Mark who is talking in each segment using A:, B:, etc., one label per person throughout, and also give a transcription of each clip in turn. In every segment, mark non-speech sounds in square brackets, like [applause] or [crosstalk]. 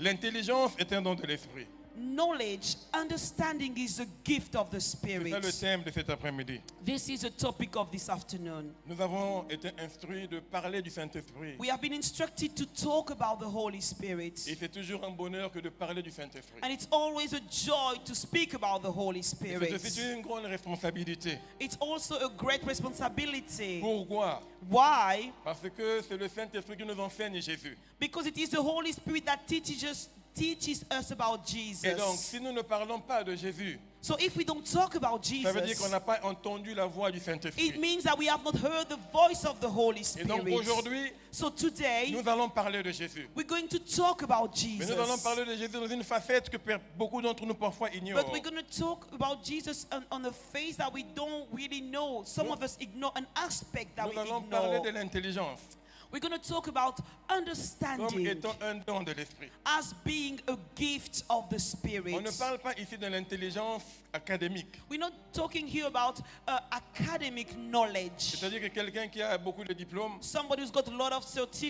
A: L'intelligence est un don de l'esprit.
B: Knowledge, understanding is a gift of the
A: C'est le
B: Spirit.
A: thème de cet après-midi.
B: This is a topic of this afternoon.
A: Nous avons été instruits de parler du Saint-Esprit.
B: We have been instructed to talk about the Holy Spirit.
A: Et c'est toujours un bonheur que de parler du Saint-Esprit.
B: And it's always a joy to speak about the Holy
A: Et
B: Spirit.
A: C'est c'est une grande responsabilité.
B: It's also a great responsibility.
A: Pourquoi
B: Why?
A: Parce que c'est le Saint-Esprit qui nous enseigne Jésus.
B: Because it is the Holy Spirit that teaches us, teaches us about
A: Et donc,
B: Jesus.
A: si nous ne parlons pas de Jésus,
B: So if we don't talk about
A: ça veut dire qu'on
B: Jesus,
A: n'a pas entendu la voix du
B: it
A: Saint-Esprit.
B: means that we have not heard the voice of the Holy
A: Et donc
B: Spirit.
A: aujourd'hui,
B: So today,
A: nous allons parler de Jésus.
B: we're going to talk about
A: Mais
B: Jesus.
A: nous allons parler de Jésus dans une facette que per- beaucoup d'entre nous parfois ignorent.
B: But we're going to talk about Jesus on, on a face that we don't really know. Some
A: Nous-
B: of us ignore an aspect that we
A: Nous allons parler
B: ignore.
A: de l'intelligence
B: We're going to talk about
A: comme
B: understanding
A: étant un don de l'esprit.
B: as being a gift of
A: On
B: the
A: ne
B: Spirit.
A: parle pas ici de l'intelligence académique.
B: We're not talking here about uh, academic knowledge.
A: C'est-à-dire que quelqu'un qui a beaucoup de diplômes,
B: Somebody who's got a lot of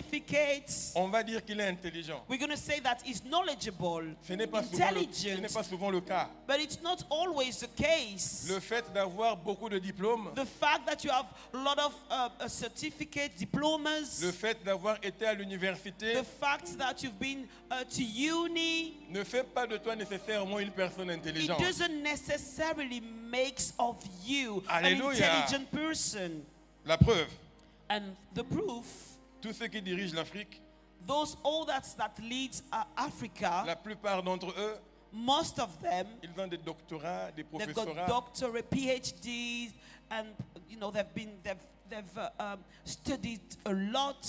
B: certificates.
A: on va dire qu'il est intelligent.
B: We're going to say that he's knowledgeable,
A: Ce n'est pas, souvent le- ce n'est
B: intelligent,
A: pas souvent le cas.
B: but it's not always the case.
A: Le fait d'avoir beaucoup de diplômes,
B: The fact that you have a lot of uh, uh, certificates, diplomas,
A: le fait d'avoir été à l'université
B: the fact that you've been uh, to uni,
A: ne fait pas de toi nécessairement une personne
B: it
A: intelligente.
B: doesn't necessarily makes of you
A: Alléluia.
B: an intelligent person.
A: La preuve,
B: And the proof,
A: tous ceux qui dirigent l'Afrique,
B: those all that that leads uh, Africa,
A: la plupart d'entre eux,
B: most of them,
A: ils ont des doctorats, des
B: they've got
A: professorats.
B: doctorate, PhDs, and you know they've been they've they've uh, um, studied a lot.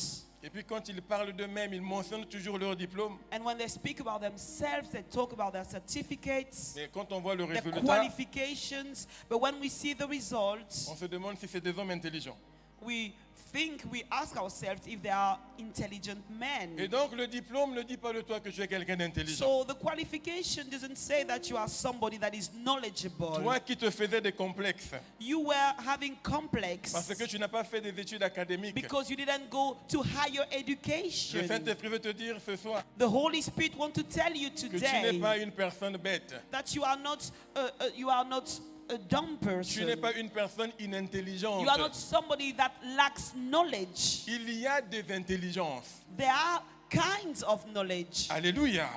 A: Et puis quand ils parlent d'eux-mêmes, ils mentionnent toujours leur diplôme.
B: And when they speak about themselves, they talk about their certificates.
A: Mais quand on voit le
B: the
A: résultat,
B: qualifications, but when we see the results,
A: on se demande si c'est des hommes intelligents.
B: we think we ask ourselves if they are intelligent
A: Et
B: men.
A: donc le diplôme ne dit pas de toi que tu es quelqu'un d'intelligent.
B: So the qualification doesn't say that you are somebody that is knowledgeable.
A: Toi qui te faisais des complexes
B: You were having complex
A: parce que tu n'as pas fait des études académiques.
B: because you didn't go to higher
A: Le
B: education.
A: Saint-Esprit veut te dire ce soir
B: The Holy Spirit want to tell you
A: que tu n'es pas
B: today
A: une personne bête.
B: that you are not uh, uh, you are not a dumb
A: Tu
B: person.
A: n'es pas une personne inintelligente.
B: You are not somebody that lacks knowledge.
A: Il y a des intelligences.
B: There are kinds of knowledge.
A: Alléluia.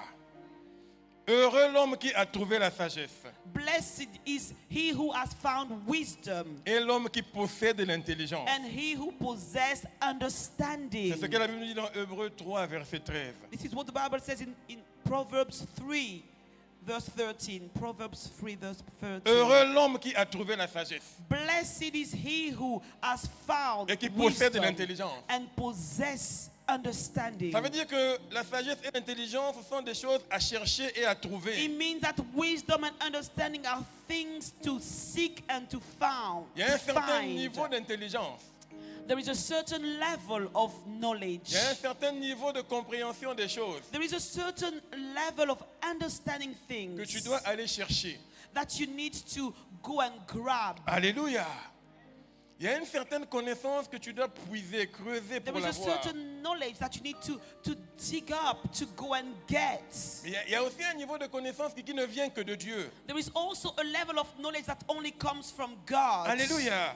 A: Heureux l'homme qui a trouvé la sagesse
B: Blessed is he who has found wisdom
A: et l'homme qui possède l'intelligence.
B: and he who possessed understanding.
A: C'est ce que la Bible dit dans Hébreu 3, verset 13.
B: This is what the Bible says in, in Proverbs 3, verse 13. Proverbs 3, verse 13.
A: Heureux l'homme qui a trouvé la sagesse
B: Blessed is he who has found
A: et qui possède
B: wisdom
A: l'intelligence.
B: and possess understanding.
A: Ça veut dire que la sagesse et l'intelligence sont des choses à chercher et à
B: It
A: trouver.
B: means that wisdom and understanding are things to seek and to found.
A: Il y a un
B: to
A: certain
B: find.
A: niveau d'intelligence.
B: There is a certain level of knowledge.
A: Il y a un certain niveau de compréhension des choses
B: There is a certain level of understanding things
A: que tu dois aller chercher.
B: that you need to go and grab.
A: Alléluia. Il y a une certaine connaissance que tu dois puiser, creuser
B: There
A: pour
B: is a
A: l'avoir.
B: certain knowledge that you need to, to dig up, to go and get.
A: Mais Il y a- il y a aussi un niveau de connaissance qui qui ne vient que de Dieu.
B: There is also a level of knowledge that only comes from God.
A: Alléluia.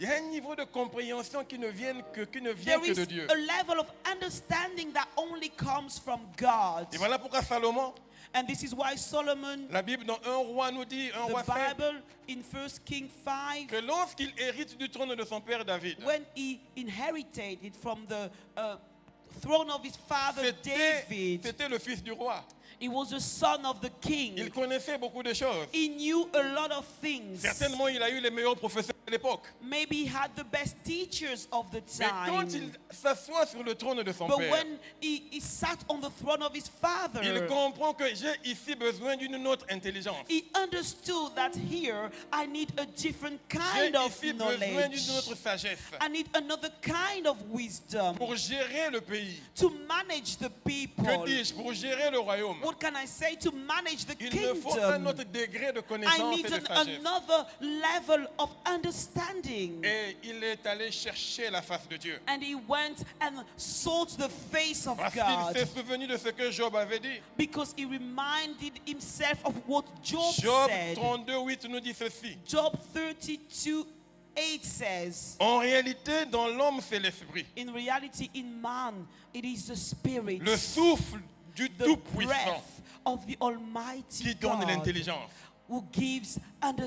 A: Il y a un niveau de compréhension qui ne vient que, qui ne vient
B: There
A: que
B: is
A: de Dieu.
B: a level of understanding that only comes from God.
A: Et voilà pourquoi Salomon,
B: And this is why Solomon,
A: la Bible dans 1 roi nous dit, 1
B: the
A: roi 5,
B: Bible in 1 King 5,
A: que lorsqu'il hérite du trône de son père David,
B: when he inherited it from the uh, throne of his father
A: c'était
B: David,
A: c'était le fils du roi.
B: he was the son of the
A: Il
B: king.
A: connaissait beaucoup de choses.
B: He knew a lot of things.
A: Certainement, il a eu les meilleurs professeurs de l'époque.
B: Maybe he had the best teachers of the
A: Mais quand
B: time.
A: il s'assoit sur le trône de son
B: But
A: père,
B: when he, he sat on the throne of his father,
A: il comprend que j'ai ici besoin d'une autre intelligence.
B: he understood that here I need a different
A: J'ai
B: kind of
A: ici besoin
B: knowledge.
A: d'une autre sagesse
B: I need another kind of wisdom
A: pour gérer le pays.
B: to manage the people.
A: Que dis-je Pour gérer le royaume.
B: What what can I say to manage the
A: Il me faut un
B: kingdom?
A: autre degré de
B: I
A: connaissance et
B: need
A: de
B: an-
A: sagesse.
B: another level of understanding.
A: Et il est allé chercher la face de Dieu.
B: And he went and sought the face of
A: Parce qu'il
B: God
A: s'est souvenu de ce que Job avait dit.
B: because he reminded himself of what Job
A: Job
B: said.
A: 32, 8 nous dit ceci.
B: Job 32 8 says,
A: En réalité, dans l'homme, c'est l'esprit.
B: In reality, in man, it is the spirit,
A: Le souffle du
B: the
A: Tout-Puissant
B: breath of the Almighty
A: qui donne
B: God
A: l'intelligence.
B: who gives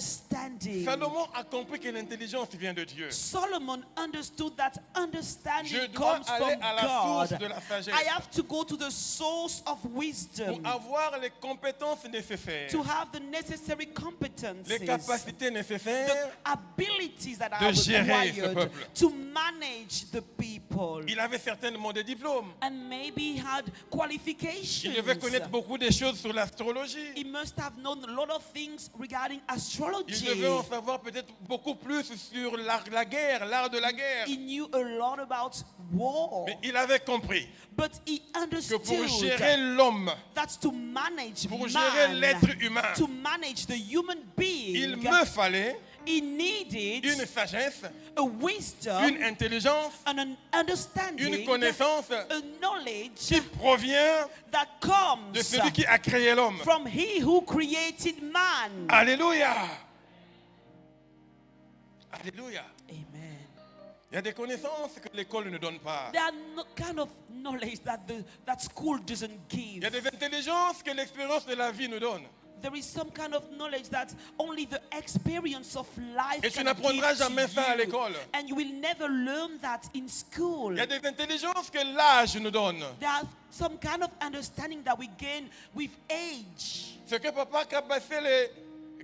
B: understanding.
A: Salomon a compris que l'intelligence vient de Dieu.
B: Solomon understood that
A: Je
B: understanding
A: dois
B: comes
A: aller
B: from
A: à la
B: God.
A: source de la sagesse.
B: I have to go to the source of wisdom
A: Pour avoir les compétences nécessaires,
B: to have the necessary competences,
A: les capacités
B: the
A: nécessaires,
B: abilities that
A: de
B: are
A: gérer ce
B: required
A: peuple.
B: to manage the people.
A: il avait certainement des diplômes.
B: and maybe he had
A: Il
B: qualifications.
A: devait connaître beaucoup de choses sur l'astrologie.
B: He must have known a lot of things regarding
A: Il
B: astrology.
A: devait en savoir peut-être beaucoup plus sur l'art la guerre, l'art de la guerre.
B: He knew a lot about war,
A: Mais il avait compris
B: but he
A: que
B: understood
A: pour gérer l'homme,
B: That's to manage
A: Pour gérer
B: man,
A: l'être humain.
B: to manage the human being.
A: il me fallait
B: he needed
A: une sagesse,
B: a wisdom
A: une intelligence,
B: and an understanding,
A: une connaissance
B: a knowledge
A: qui provient
B: that comes
A: de celui qui a créé l'homme.
B: from He who created man.
A: Alléluia. Alléluia.
B: Amen.
A: Il y a des connaissances que l'école ne donne pas.
B: There are no kind of knowledge that the that school doesn't
A: Il y a
B: give.
A: des intelligences que l'expérience de la vie nous donne.
B: There is some kind of knowledge that only the experience of life
A: Et tu
B: can
A: n'apprendras
B: give to
A: jamais ça à
B: you.
A: l'école.
B: And you will never learn that in school.
A: Il y a des intelligences que l'âge nous donne.
B: There are some kind of understanding that we gain with age.
A: Ce que papa Kabassé les,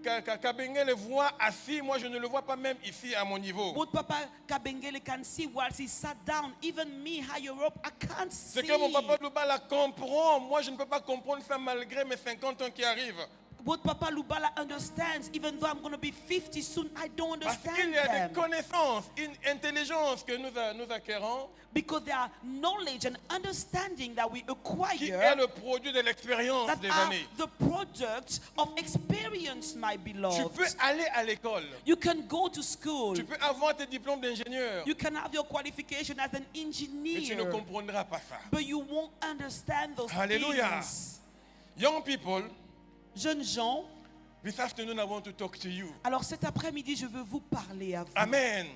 A: Ka- Ka- Kabengé les voit assis, moi je ne le vois pas même ici à mon niveau.
B: What Papa Kabengele can see whilst he sat down, even me higher up, I can't
A: Ce
B: see.
A: que mon papa Loubala comprend, moi je ne peux pas comprendre ça malgré mes 50 ans qui arrivent.
B: What Papa Lubala understands, even though I'm going to be 50 soon, I don't
A: Parce qu'il
B: understand
A: y a des
B: them.
A: connaissances, une intelligence que nous, a- nous acquérons
B: Because there are knowledge and understanding that we
A: qui est
B: acquire
A: le produit de l'expérience
B: that
A: des
B: are
A: années.
B: the product of experience, my
A: Tu
B: beloved.
A: peux aller à l'école,
B: You can go to school.
A: tu peux avoir tes diplômes d'ingénieur,
B: You can have your qualification as an engineer.
A: mais tu ne comprendras pas ça.
B: But you won't understand those
A: Hallelujah.
B: things.
A: Young people,
B: Jeunes gens,
A: this afternoon I want to talk to you.
B: alors cet après-midi, je veux vous parler à vous.
A: Amen.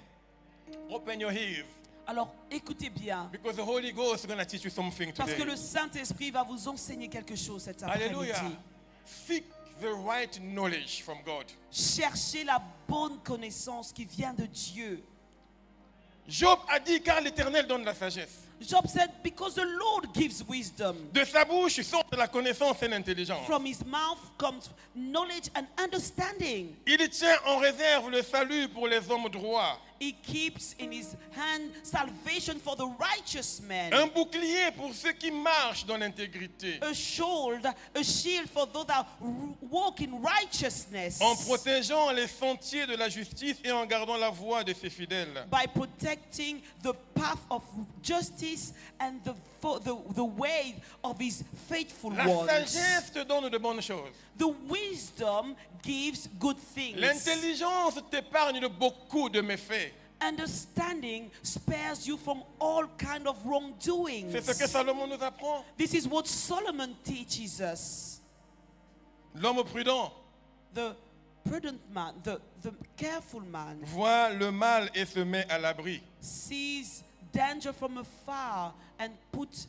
A: Open your ears
B: Alors écoutez bien,
A: because the Holy Ghost is going to teach you something
B: parce que
A: today.
B: le Saint-Esprit va vous enseigner quelque chose cet après-midi.
A: Hallelujah. Seek the right knowledge from God.
B: Cherchez la bonne connaissance qui vient de Dieu.
A: Job a dit car l'Éternel donne la sagesse.
B: Job said, Because the Lord gives wisdom,
A: De sa bouche sort la connaissance et l'intelligence.
B: from his mouth comes knowledge and understanding.
A: Il tient en réserve le salut pour les hommes droits,
B: He keeps in his hand salvation for the righteous man.
A: un bouclier pour ceux qui marchent dans l'intégrité.
B: a shield, a shield for those that r- walk in righteousness.
A: En protégeant les sentiers de la justice et en gardant la voie de ses fidèles.
B: by protecting the path of justice and the, fo- the, the way of his faithful
A: La
B: ones.
A: sagesse te donne de bonnes choses.
B: The wisdom gives good things.
A: L'intelligence t'épargne de beaucoup de méfaits.
B: Understanding spares you from all kind of wrongdoings.
A: C'est ce que Salomon nous apprend.
B: This is what Solomon teaches us.
A: L'homme prudent
B: The prudent man, the, the careful man,
A: voit le mal et se met à l'abri.
B: sees danger from afar and puts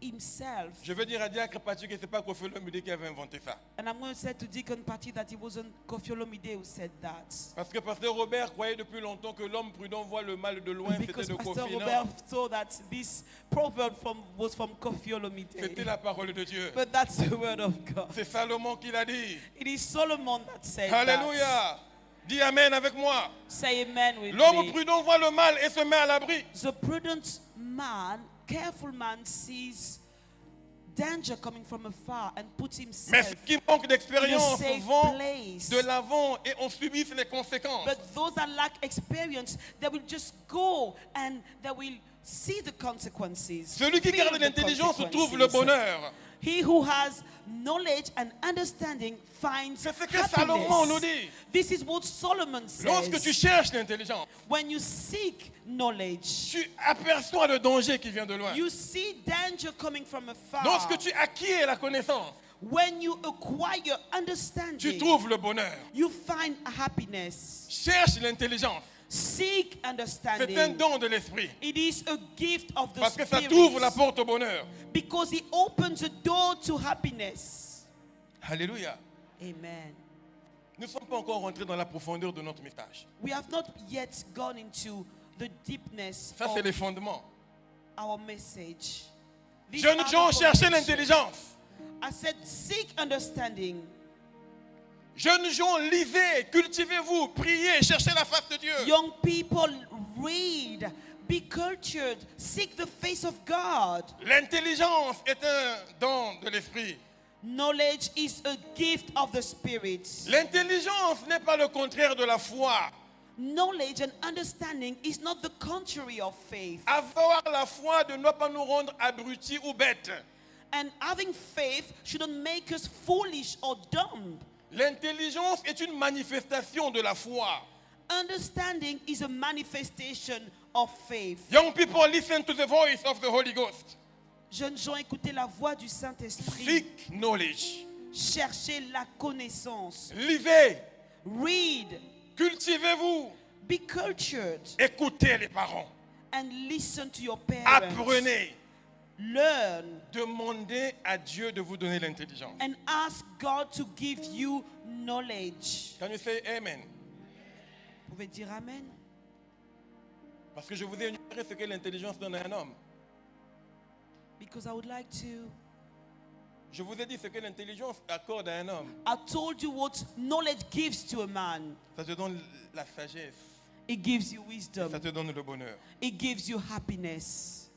B: himself.
A: Je veux dire à Diacre Patrick que ce n'est pas Kofi Olomide qui avait inventé ça.
B: And I'm going to say to Deacon Patty that it wasn't Kofi Olomide who said that.
A: Parce que Pasteur Robert croyait depuis longtemps que l'homme prudent voit le mal de loin, c'était
B: Because
A: de
B: Pastor
A: Kofi. non.
B: Robert saw that this proverb from, was from Kofi
A: C'était
B: Olomide.
A: la parole de Dieu.
B: But that's the word of God.
A: C'est Salomon qui l'a dit.
B: It is Solomon that said that.
A: Alléluia. Dis Amen avec moi.
B: Say amen with
A: L'homme
B: me.
A: prudent voit le mal et se met à l'abri.
B: The prudent man, careful man, sees danger coming from afar and puts
A: Mais
B: himself
A: ceux qui manquent
B: in a
A: d'expérience
B: safe
A: vont
B: place.
A: de l'avant et on subit les conséquences.
B: But those that lack experience, they will just go and they will see the consequences.
A: Celui qui
B: feel
A: garde
B: the
A: l'intelligence trouve le
B: consequences.
A: bonheur.
B: He who has knowledge and understanding finds
A: C'est ce que
B: happiness.
A: Salomon nous dit.
B: This is what Solomon
A: Lorsque
B: says.
A: tu cherches l'intelligence,
B: when you seek knowledge,
A: tu aperçois le danger qui vient de loin.
B: you see danger coming from afar.
A: Lorsque tu acquiers la connaissance,
B: when you acquire understanding,
A: tu trouves le bonheur.
B: you find happiness.
A: Cherche l'intelligence.
B: Seek understanding.
A: C'est un don de l'esprit.
B: It is a gift of the
A: Parce que ça
B: Spirit.
A: t'ouvre la porte au bonheur.
B: Because it opens a door to happiness.
A: Alléluia.
B: Amen.
A: Nous ne sommes pas encore rentrés dans la profondeur de notre message.
B: We have not yet gone into the deepness
A: Ça, c'est
B: of
A: les fondements.
B: our message. These
A: Jeunes
B: are the
A: gens, cherchez
B: foundations.
A: l'intelligence.
B: I said, seek understanding.
A: Jeunes gens, lisez, cultivez-vous, priez, cherchez la face de Dieu.
B: Young people, read, be cultured, seek the face of God.
A: L'intelligence est un don de l'esprit.
B: Knowledge is a gift of the Spirit.
A: L'intelligence n'est pas le contraire de la foi.
B: Knowledge and understanding is not the contrary of faith.
A: Avoir la foi ne doit pas nous rendre abrutis ou bêtes.
B: And having faith shouldn't make us foolish or dumb.
A: L'intelligence est une manifestation de la foi.
B: Understanding is a manifestation of faith.
A: Young people, listen to the voice of the Holy Ghost.
B: Jeunes gens, écoutez la voix du Saint-Esprit.
A: Seek knowledge.
B: Cherchez la connaissance.
A: Lisez,
B: Read.
A: cultivez-vous,
B: Be cultured.
A: écoutez les parents,
B: And listen to your
A: Ah,
B: parents.
A: apprenez,
B: Learn.
A: demandez à Dieu de vous donner l'intelligence.
B: And ask God to give you knowledge.
A: Can you say amen?
B: Vous pouvez dire Amen.
A: Parce que je vous ai énuméré ce que l'intelligence donne à un homme.
B: Because I would like to.
A: Je vous ai dit ce que l'intelligence accorde à un homme.
B: I told you what knowledge gives to a man.
A: Ça te donne la sagesse,
B: It gives you
A: ça
B: wisdom.
A: te donne le bonheur.
B: It gives you happiness.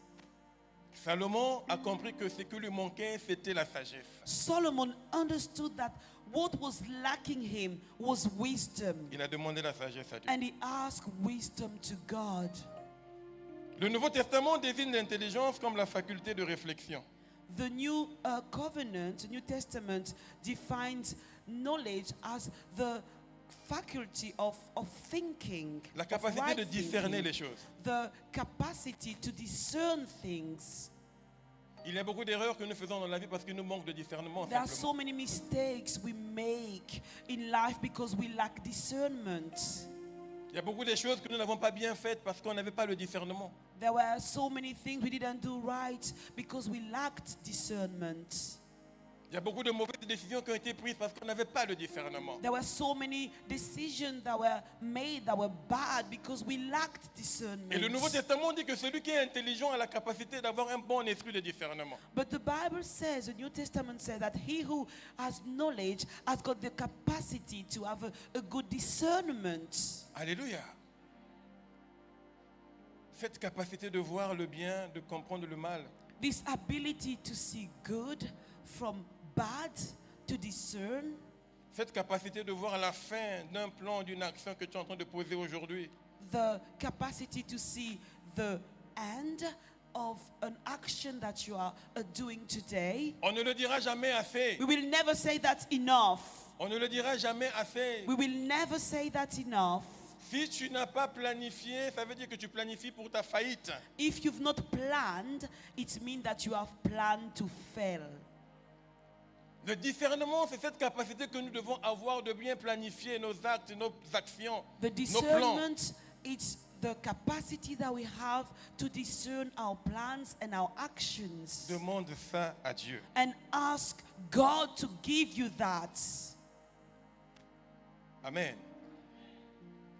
A: Salomon a compris que ce qui lui manquait, c'était la sagesse.
B: Solomon understood that what was lacking him was wisdom.
A: Il a demandé la sagesse à Dieu.
B: And he asked wisdom to God.
A: Le Nouveau Testament désigne l'intelligence comme la faculté de réflexion.
B: The New uh, Covenant, New Testament, defines knowledge as the faculty of, of thinking,
A: La
B: of
A: capacité
B: right
A: de discerner
B: thinking,
A: les choses.
B: the capacity to discern things.
A: Il y a beaucoup d'erreurs que nous faisons dans la vie parce qu'il nous manque de discernement.
B: There are
A: simplement.
B: so many mistakes we make in life because we lack discernment.
A: Il y a beaucoup de choses que nous n'avons pas bien faites parce qu'on n'avait pas le discernement.
B: There were so many things we didn't do right because we lacked discernment.
A: Il y a beaucoup de mauvaises décisions qui ont été prises parce qu'on n'avait pas le discernement.
B: There were so many decisions that were made that were bad because we lacked
A: Et le Nouveau
B: discernment.
A: Testament dit que celui qui est intelligent a la capacité d'avoir un bon esprit de discernement.
B: But the Bible says, the New Testament says that he who has knowledge has got the capacity to have a, a good discernment.
A: Alléluia. Cette capacité de voir le bien, de comprendre le mal,
B: This ability to see good from bad, to discern,
A: cette capacité de voir la fin d'un plan, d'une action que tu es en train de poser aujourd'hui,
B: the capacity to see the end of an action that you are uh, doing today.
A: on ne le dira jamais assez.
B: We will never say that's enough.
A: On ne le dira jamais assez.
B: We will never say that enough.
A: Si tu n'as pas planifié, ça veut dire que tu planifies pour ta faillite.
B: If you've not planned, it means that you have planned to fail.
A: Le discernement, c'est cette capacité que nous devons avoir de bien planifier nos actes, nos actions,
B: The
A: nos plans.
B: discernment, it's the capacity that we have to discern our plans and our actions.
A: Demande ça à Dieu.
B: And ask God to give you that.
A: Amen.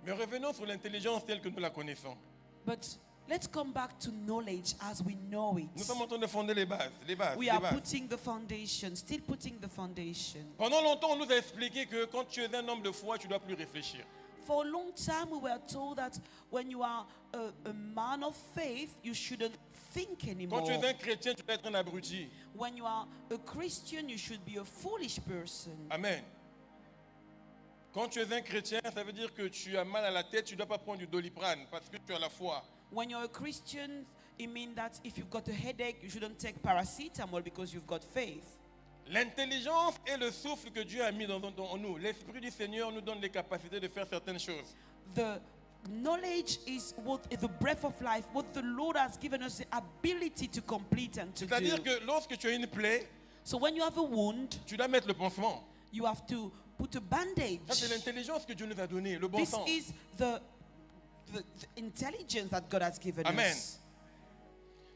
A: Mais revenons sur l'intelligence telle que nous la connaissons.
B: But let's come back to knowledge as we know
A: Nous
B: it.
A: sommes en train de fonder les bases, les bases,
B: We
A: les
B: are
A: bases.
B: putting the foundation, still putting the foundation.
A: Pendant longtemps, on nous a expliqué que quand tu es un homme de foi, tu dois plus réfléchir.
B: For a long time, we were told that when you are a, a man of faith, you shouldn't think
A: Quand
B: anymore.
A: tu es un chrétien, tu dois être un abruti.
B: When you are a Christian, you should be a foolish person.
A: Amen. Quand tu es un chrétien, ça veut dire que tu as mal à la tête, tu ne dois pas prendre du doliprane parce que tu as la foi.
B: When you're a Christian, It means that if you've got a headache, you shouldn't take paracetamol because you've got faith.
A: L'intelligence est le souffle que Dieu a mis dans, dans- en nous. L'Esprit du Seigneur nous donne les capacités de faire certaines choses.
B: The knowledge is what the breath of life, what the Lord has given us the ability to complete and to do.
A: C'est-à-dire que lorsque tu as une plaie,
B: So when you have a wound,
A: tu dois mettre le pansement.
B: you have to put a bandage.
A: Ça, c'est l'intelligence que Dieu nous a donnée, le bon
B: This
A: sens.
B: is the, the, the intelligence that God has given
A: Amen.
B: us.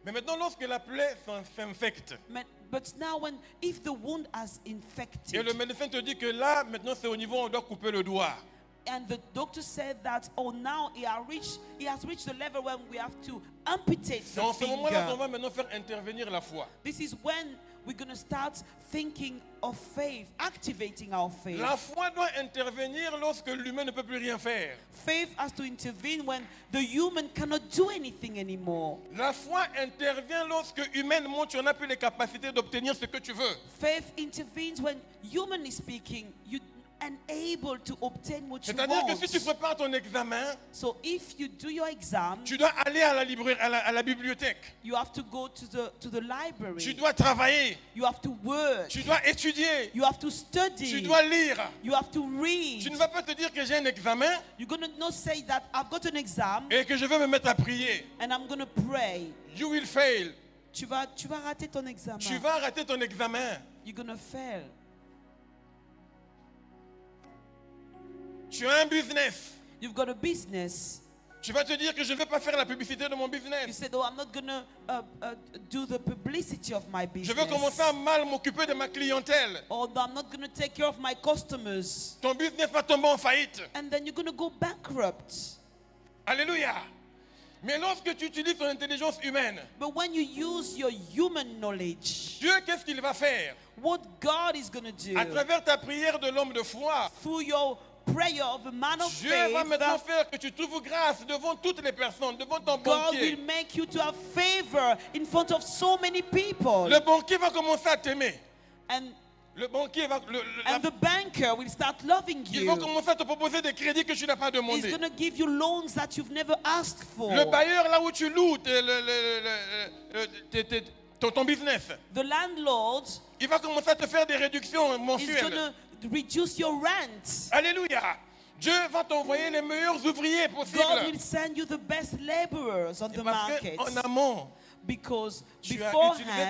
A: Mais maintenant, lorsque la plaie s'in- s'infecte,
B: Ma- But now, when if the wound has
A: et le
B: infected,
A: médecin te dit que là, maintenant, c'est au niveau, où on doit couper le doigt.
B: and the doctor said that, oh, now he has reached, he has reached the level when we have to amputate
A: C'est
B: the
A: en ce moment-là qu'on
B: finger.
A: va maintenant faire intervenir la foi.
B: This is when we're going to start thinking of faith, activating our faith.
A: La foi doit intervenir lorsque l'humain ne peut plus rien faire.
B: Faith has to intervene when the human cannot do anything anymore.
A: La foi intervient lorsque humainement tu n'as plus les capacités d'obtenir ce que tu veux.
B: Faith intervenes when, humanly speaking, you unable to obtain what you
A: C'est-à-dire que
B: want.
A: si tu prépares ton examen,
B: So if you do your exam,
A: tu dois aller à la, librairie, à la, à la bibliothèque,
B: you have to go to the to the library.
A: tu dois travailler,
B: you have to work.
A: tu dois étudier,
B: you have to study.
A: tu dois lire.
B: you have to read.
A: Tu ne vas pas te dire que j'ai un examen
B: You're gonna not say that I've got an exam
A: et que je vais me mettre à prier.
B: and I'm gonna pray.
A: You will fail.
B: Tu vas tu vas rater ton examen.
A: Tu vas rater ton examen.
B: You're gonna fail.
A: Tu as un business.
B: You've got a business.
A: Tu vas te dire que je ne vais pas faire la publicité de mon
B: You
A: business.
B: said, "Oh, I'm not gonna uh, uh, do the publicity of my
A: Je
B: business."
A: veux commencer à mal m'occuper de ma clientèle.
B: Or I'm not gonna take care of my customers.
A: Ton business va tomber en faillite.
B: And then you're gonna go bankrupt.
A: Alléluia. Mais lorsque tu utilises ton intelligence humaine,
B: But when you use your human knowledge,
A: Dieu, qu'est-ce qu'il va faire
B: what God is going to do
A: À travers ta prière de l'homme de foi,
B: through your prayer of a man of
A: Dieu
B: faith,
A: va maintenant
B: that
A: faire que tu trouves grâce devant toutes les personnes, devant ton
B: God will
A: banquier.
B: make you to have favor in front of so many people.
A: Le banquier va commencer à t'aimer.
B: and
A: Le banquier va. le- le- la-
B: and the banker will start loving
A: ils
B: you.
A: vont commencer à te proposer des crédits que tu n'as pas
B: He's
A: demandé.
B: going to give you loans that you've never asked for.
A: Le bailleur, là où tu loues t'es- le- le- le- le- t'es- t'es- ton, ton business,
B: the landlord
A: il va commencer à te faire des réductions
B: is going
A: mensuelles.
B: to reduce your rent.
A: Alléluia. Dieu va t'envoyer les meilleurs ouvriers
B: God
A: possibles.
B: will send you the best laborers on the
A: Parce
B: market.
A: que en amont,
B: Because
A: Tu as utilisé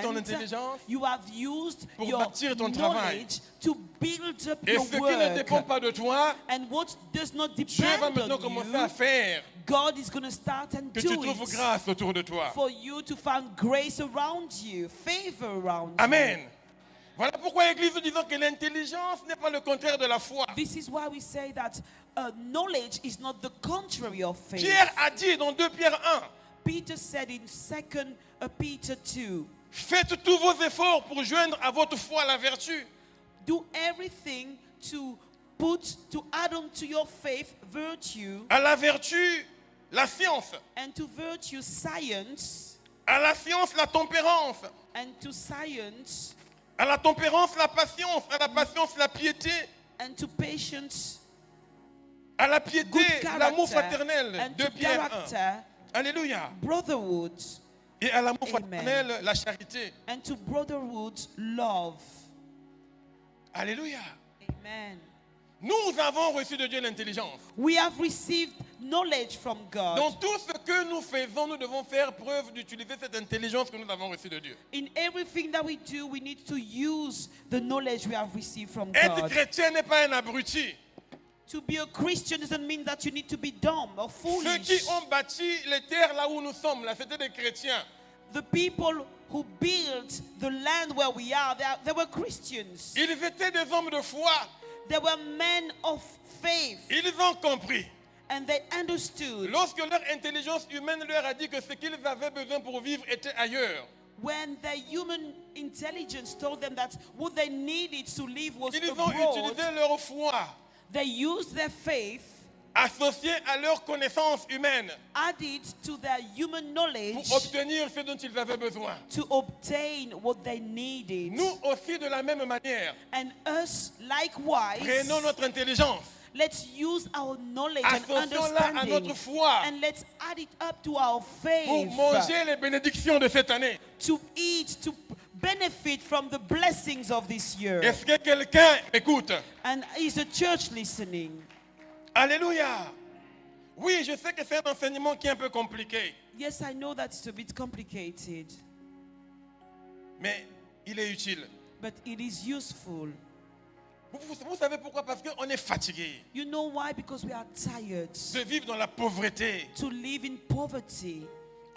A: ton
B: beforehand,
A: intelligence
B: you have used
A: pour
B: your
A: bâtir ton travail.
B: knowledge to build up
A: et
B: your
A: ce qui ne dépend
B: work.
A: pas de toi,
B: And what does not
A: Dieu va
B: depend
A: maintenant
B: on
A: commencer à
B: you,
A: faire
B: God is going to start and
A: que tu
B: do
A: trouves
B: it
A: grâce autour de toi.
B: for you to find grace around you, favor around you.
A: Amen. Voilà pourquoi l'Église nous disant que l'intelligence n'est pas le contraire de la foi.
B: This is why we say that uh, knowledge is not the contrary of faith.
A: Pierre a dit dans 2 Pierre 1,
B: Peter said in 2nd uh, Peter 2,
A: faites tous vos efforts pour joindre à votre foi la vertu.
B: do everything to put to add on to your faith virtue
A: À la vertu, la science.
B: and to virtue science
A: À la science, la tempérance.
B: and to science
A: À la tempérance, la patience. À la patience, la piété.
B: and to patience
A: À la
B: good
A: piété, l'amour
B: character
A: fraternel.
B: and
A: 2
B: to
A: Pierre 1.
B: character
A: Alléluia.
B: brotherhood
A: Et à l'amour
B: Amen.
A: fraternel, la charité.
B: and to brotherhood love
A: Alléluia.
B: amen
A: Nous avons reçu de Dieu l'intelligence.
B: we have received knowledge from God
A: Dans tout ce que nous faisons, nous devons faire preuve d'utiliser cette intelligence que nous avons reçue de Dieu.
B: in everything that we do we need to use the knowledge we have received from
A: Être
B: God
A: chrétien n'est pas un abruti.
B: to be a Christian doesn't mean that you need to be dumb or
A: Ceux
B: foolish
A: qui ont bâti les terres là où nous sommes, là, c'était des chrétiens.
B: The people who built the land where we are, they, are- they were Christians.
A: Ils étaient des hommes de foi.
B: They were men of faith
A: Ils ont compris.
B: and they understood
A: Lorsque leur intelligence humaine leur a dit que ce qu'ils avaient besoin pour vivre était ailleurs,
B: when their human intelligence told them that what they needed to live was
A: ils ont
B: abroad,
A: utilisé leur foi
B: they used their faith
A: associée à leur connaissance humaine
B: added to their human
A: pour
B: knowledge
A: obtenir ce dont ils avaient besoin.
B: to obtain what they needed.
A: Nous aussi, de la même manière,
B: And us likewise
A: prenons notre intelligence
B: Let's use our knowledge and
A: Associons-la à
B: understanding
A: notre foi
B: and let's add it up to our
A: pour
B: faith
A: manger les bénédictions de cette année.
B: to eat, to benefit from the blessings of this year.
A: Est-ce que quelqu'un écoute
B: And is the church listening?
A: Alléluia. Oui, je sais que c'est un enseignement qui est un peu compliqué,
B: Yes, I know that it's a bit complicated,
A: mais il est utile.
B: but it is useful.
A: Vous, vous- vous savez pourquoi Parce qu'on est fatigué
B: You know why? Because we are tired
A: de vivre dans la pauvreté.
B: to live in poverty.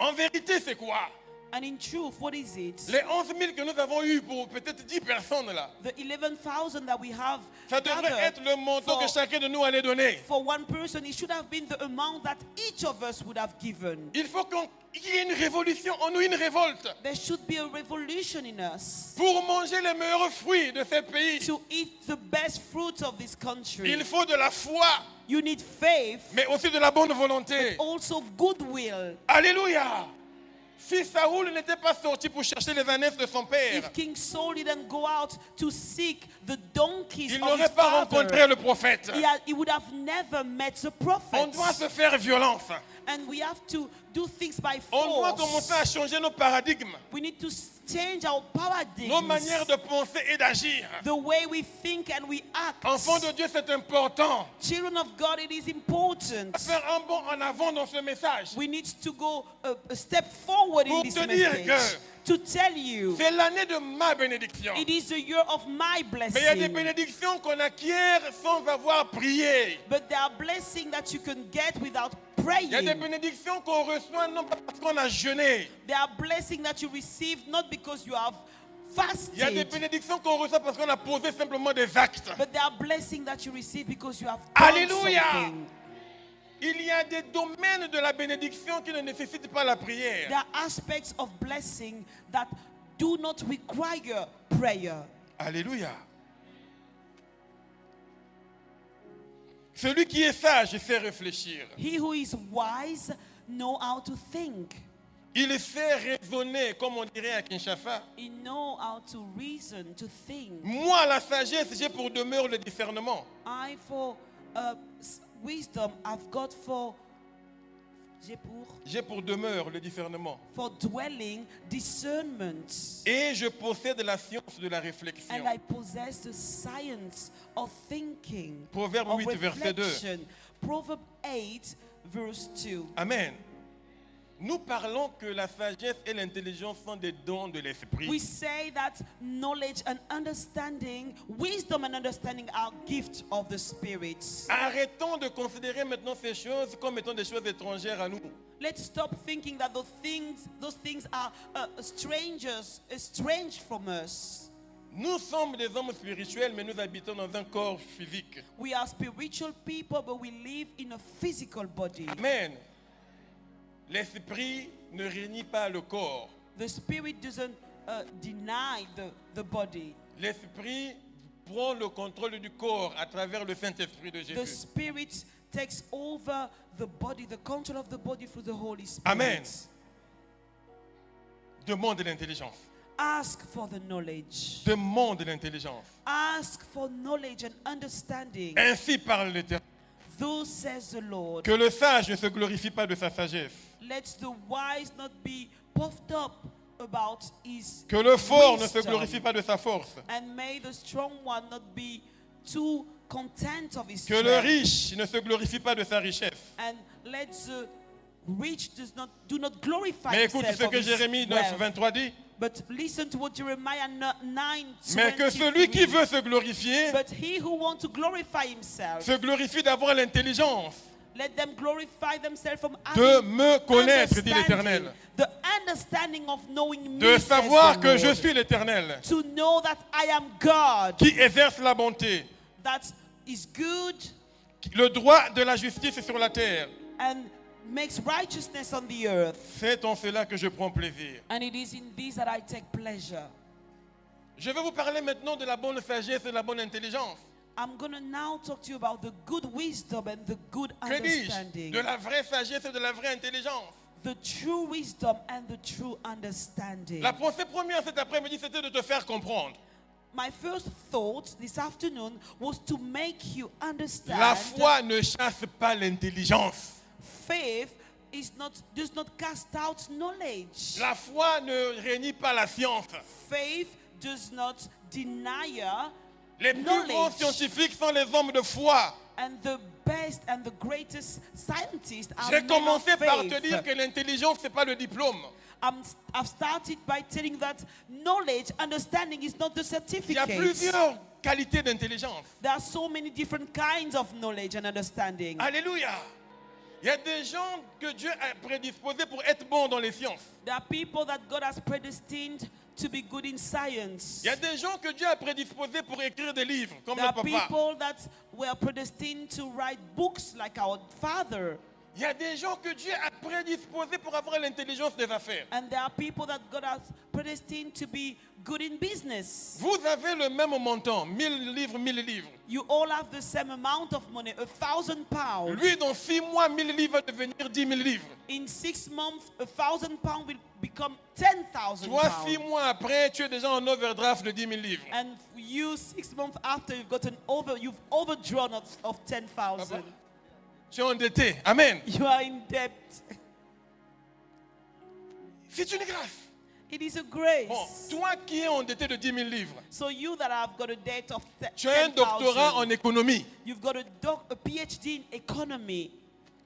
A: En vérité, c'est quoi
B: And in truth, what is it?
A: Les 11 000 que nous avons eu pour peut-être 10 personnes là,
B: The 11,000 that we have
A: ça devrait
B: gathered
A: être le montant que
B: for-
A: chacun de nous allait donner.
B: for one person, it should have been the amount that each of us would have given.
A: Il faut qu'on- qu'il y ait une révolution, en nous une révolte,
B: There should be a revolution in us
A: pour manger les meilleurs fruits de ces pays.
B: to eat the best fruits of this country.
A: Il faut de la foi,
B: You need faith,
A: mais aussi de la bonne volonté.
B: also goodwill.
A: Alléluia. Si Saoul n'était pas sorti pour chercher les ânesses de son père,
B: If King Saul didn't go out to seek the donkeys
A: il
B: of his
A: n'aurait pas rencontré
B: father,
A: le prophète.
B: he, had- he would have never met the
A: On
B: prophet.
A: doit se faire violence.
B: And we have to do things by
A: On doit commencer à
B: force.
A: changer nos paradigmes,
B: We need to s- change our paradigms,
A: nos manières de penser et d'agir.
B: the way we think and we act.
A: Enfants de Dieu, c'est important.
B: Children of God, it is important.
A: Faire un bond en avant dans ce message.
B: We need to go a, a step forward in
A: Pour
B: this
A: te dire
B: message
A: que-
B: to tell you
A: C'est l'année de ma bénédiction.
B: it is the year of my
A: Mais il y a des
B: blessing.
A: bénédictions qu'on acquiert sans avoir prié.
B: But there are blessings that you can get without
A: Il y a des
B: praying.
A: bénédictions qu'on reçoit non pas parce qu'on a jeûné.
B: There are blessings that you receive not because you have
A: Il y a des
B: fasted,
A: bénédictions qu'on reçoit parce qu'on a posé simplement des actes.
B: but there are blessings that you receive because you have done
A: Alléluia.
B: something.
A: Il y a des domaines de la bénédiction qui ne nécessitent pas la prière.
B: There are aspects of blessing that do not require prayer.
A: Alléluia. Celui qui est sage sait réfléchir.
B: He who is wise know how to think.
A: Il sait raisonner, comme on dirait à Kinshasa.
B: He know how to reason, to think.
A: Moi, la sagesse, j'ai pour demeure le discernement.
B: I for uh, s- wisdom I've got for j'ai pour
A: J'ai pour demeure le discernement.
B: for dwelling discernment.
A: Et je possède la science de la réflexion.
B: And I possess the science of thinking.
A: Proverbe
B: of
A: 8, verset 2.
B: reflection. Proverb 8, verse 2.
A: Amen. Nous parlons que la sagesse et l'intelligence sont des dons de
B: We
A: l'esprit.
B: say that knowledge and understanding, wisdom and understanding are gifts of the Spirit.
A: Arrêtons de considérer maintenant ces choses comme étant des choses étrangères à nous.
B: Let's stop thinking that those things, those things are uh, strangers, estranged from us.
A: Nous sommes des hommes spirituels, mais nous habitons dans un corps physique.
B: We are spiritual people, but we live in a physical body.
A: Amen. L'esprit ne réunit pas le corps.
B: The Spirit doesn't uh, deny the, the body.
A: L'esprit prend le contrôle du corps à travers le Saint-Esprit de
B: The
A: Jésus.
B: Spirit takes over the body, the control of the body through the Holy Spirit.
A: Amen. Demande l'intelligence.
B: Ask for the knowledge.
A: Demande l'intelligence.
B: Ask for knowledge and understanding.
A: Ainsi parle l'Éternel.
B: Thus says the Lord.
A: Que le sage ne se glorifie pas de sa sagesse.
B: Let the wise not be puffed up about his
A: Que le fort ne se
B: wisdom.
A: glorifie pas de sa force.
B: And may the strong one not be too content of his
A: Que le
B: strength.
A: riche ne se glorifie pas de sa richesse.
B: And let the rich does not, do not glorify
A: Mais écoute
B: himself
A: ce
B: of
A: que
B: his
A: Jérémie 9,
B: wealth.
A: 23 dit.
B: But listen to what Jeremiah 9,
A: Mais que celui qui veut se glorifier
B: But he who wants to glorify himself,
A: se glorifie d'avoir l'intelligence.
B: let them glorify themselves from
A: De
B: having
A: me connaître, dit
B: understanding,
A: l'Éternel.
B: The understanding of knowing me,
A: De
B: says the
A: savoir que je
B: Lord.
A: suis l'Éternel
B: to know that I am God,
A: qui exerce la bonté,
B: that is good
A: le droit de la justice sur la terre.
B: and makes righteousness on the earth.
A: C'est en cela que je prends plaisir.
B: And it is in these that I take pleasure.
A: Je vais vous parler maintenant de la bonne sagesse et de la bonne intelligence.
B: I'm going to now talk to you about the good wisdom and the good
A: Que dis-je
B: understanding.
A: De la vraie sagesse et de la vraie intelligence.
B: The true wisdom and the true understanding.
A: La pensée première cet après-midi, c'était de te faire comprendre.
B: my first thought this afternoon was to make you understand
A: La foi ne chasse pas l'intelligence.
B: faith is not does not cast out knowledge.
A: La foi ne réunit pas la science.
B: faith does not deny
A: Les plus grands
B: knowledge.
A: scientifiques sont les hommes de foi.
B: and the best and the greatest scientists are
A: J'ai
B: men of
A: commencé par te
B: faith.
A: dire que l'intelligence, ce n'est pas le diplôme.
B: I'm, I've started by telling that knowledge, understanding is not the
A: Il y a
B: certificate.
A: plusieurs qualités d'intelligence.
B: There are so many different kinds of knowledge and understanding.
A: Alléluia. Il y a des gens que Dieu a prédisposés pour être bons dans les sciences.
B: There are people that God has predestined to be good in science.
A: Il y a des gens que Dieu a prédisposés pour écrire des livres, comme
B: There are
A: le papa.
B: people that were predestined to write books like our father.
A: Il y a des gens que Dieu a prédisposés pour avoir l'intelligence des affaires.
B: And there are people that God has predestined to be good in business.
A: Vous avez le même montant, 1000 livres, 1000 livres.
B: You all have the same amount of money, a thousand pounds.
A: Lui, dans 6 mois, 1000 livres va devenir 10 000 livres.
B: In six months, a thousand pounds will become ten thousand
A: Toi, 6
B: pounds.
A: mois après, tu es déjà en overdraft de 10 000 livres.
B: And you six months after you've gotten over, you've overdrawn of, of ten thousand.
A: Papa? Tu es endetté. Amen.
B: You are in debt.
A: C'est une grâce.
B: It is a
A: Bon,
B: grace.
A: toi qui es endetté de 10 000 livres,
B: So you that have got a debt of te-
A: tu as un doctorat en
B: 10,000,
A: économie.
B: you've got a, doc, a PhD in economy,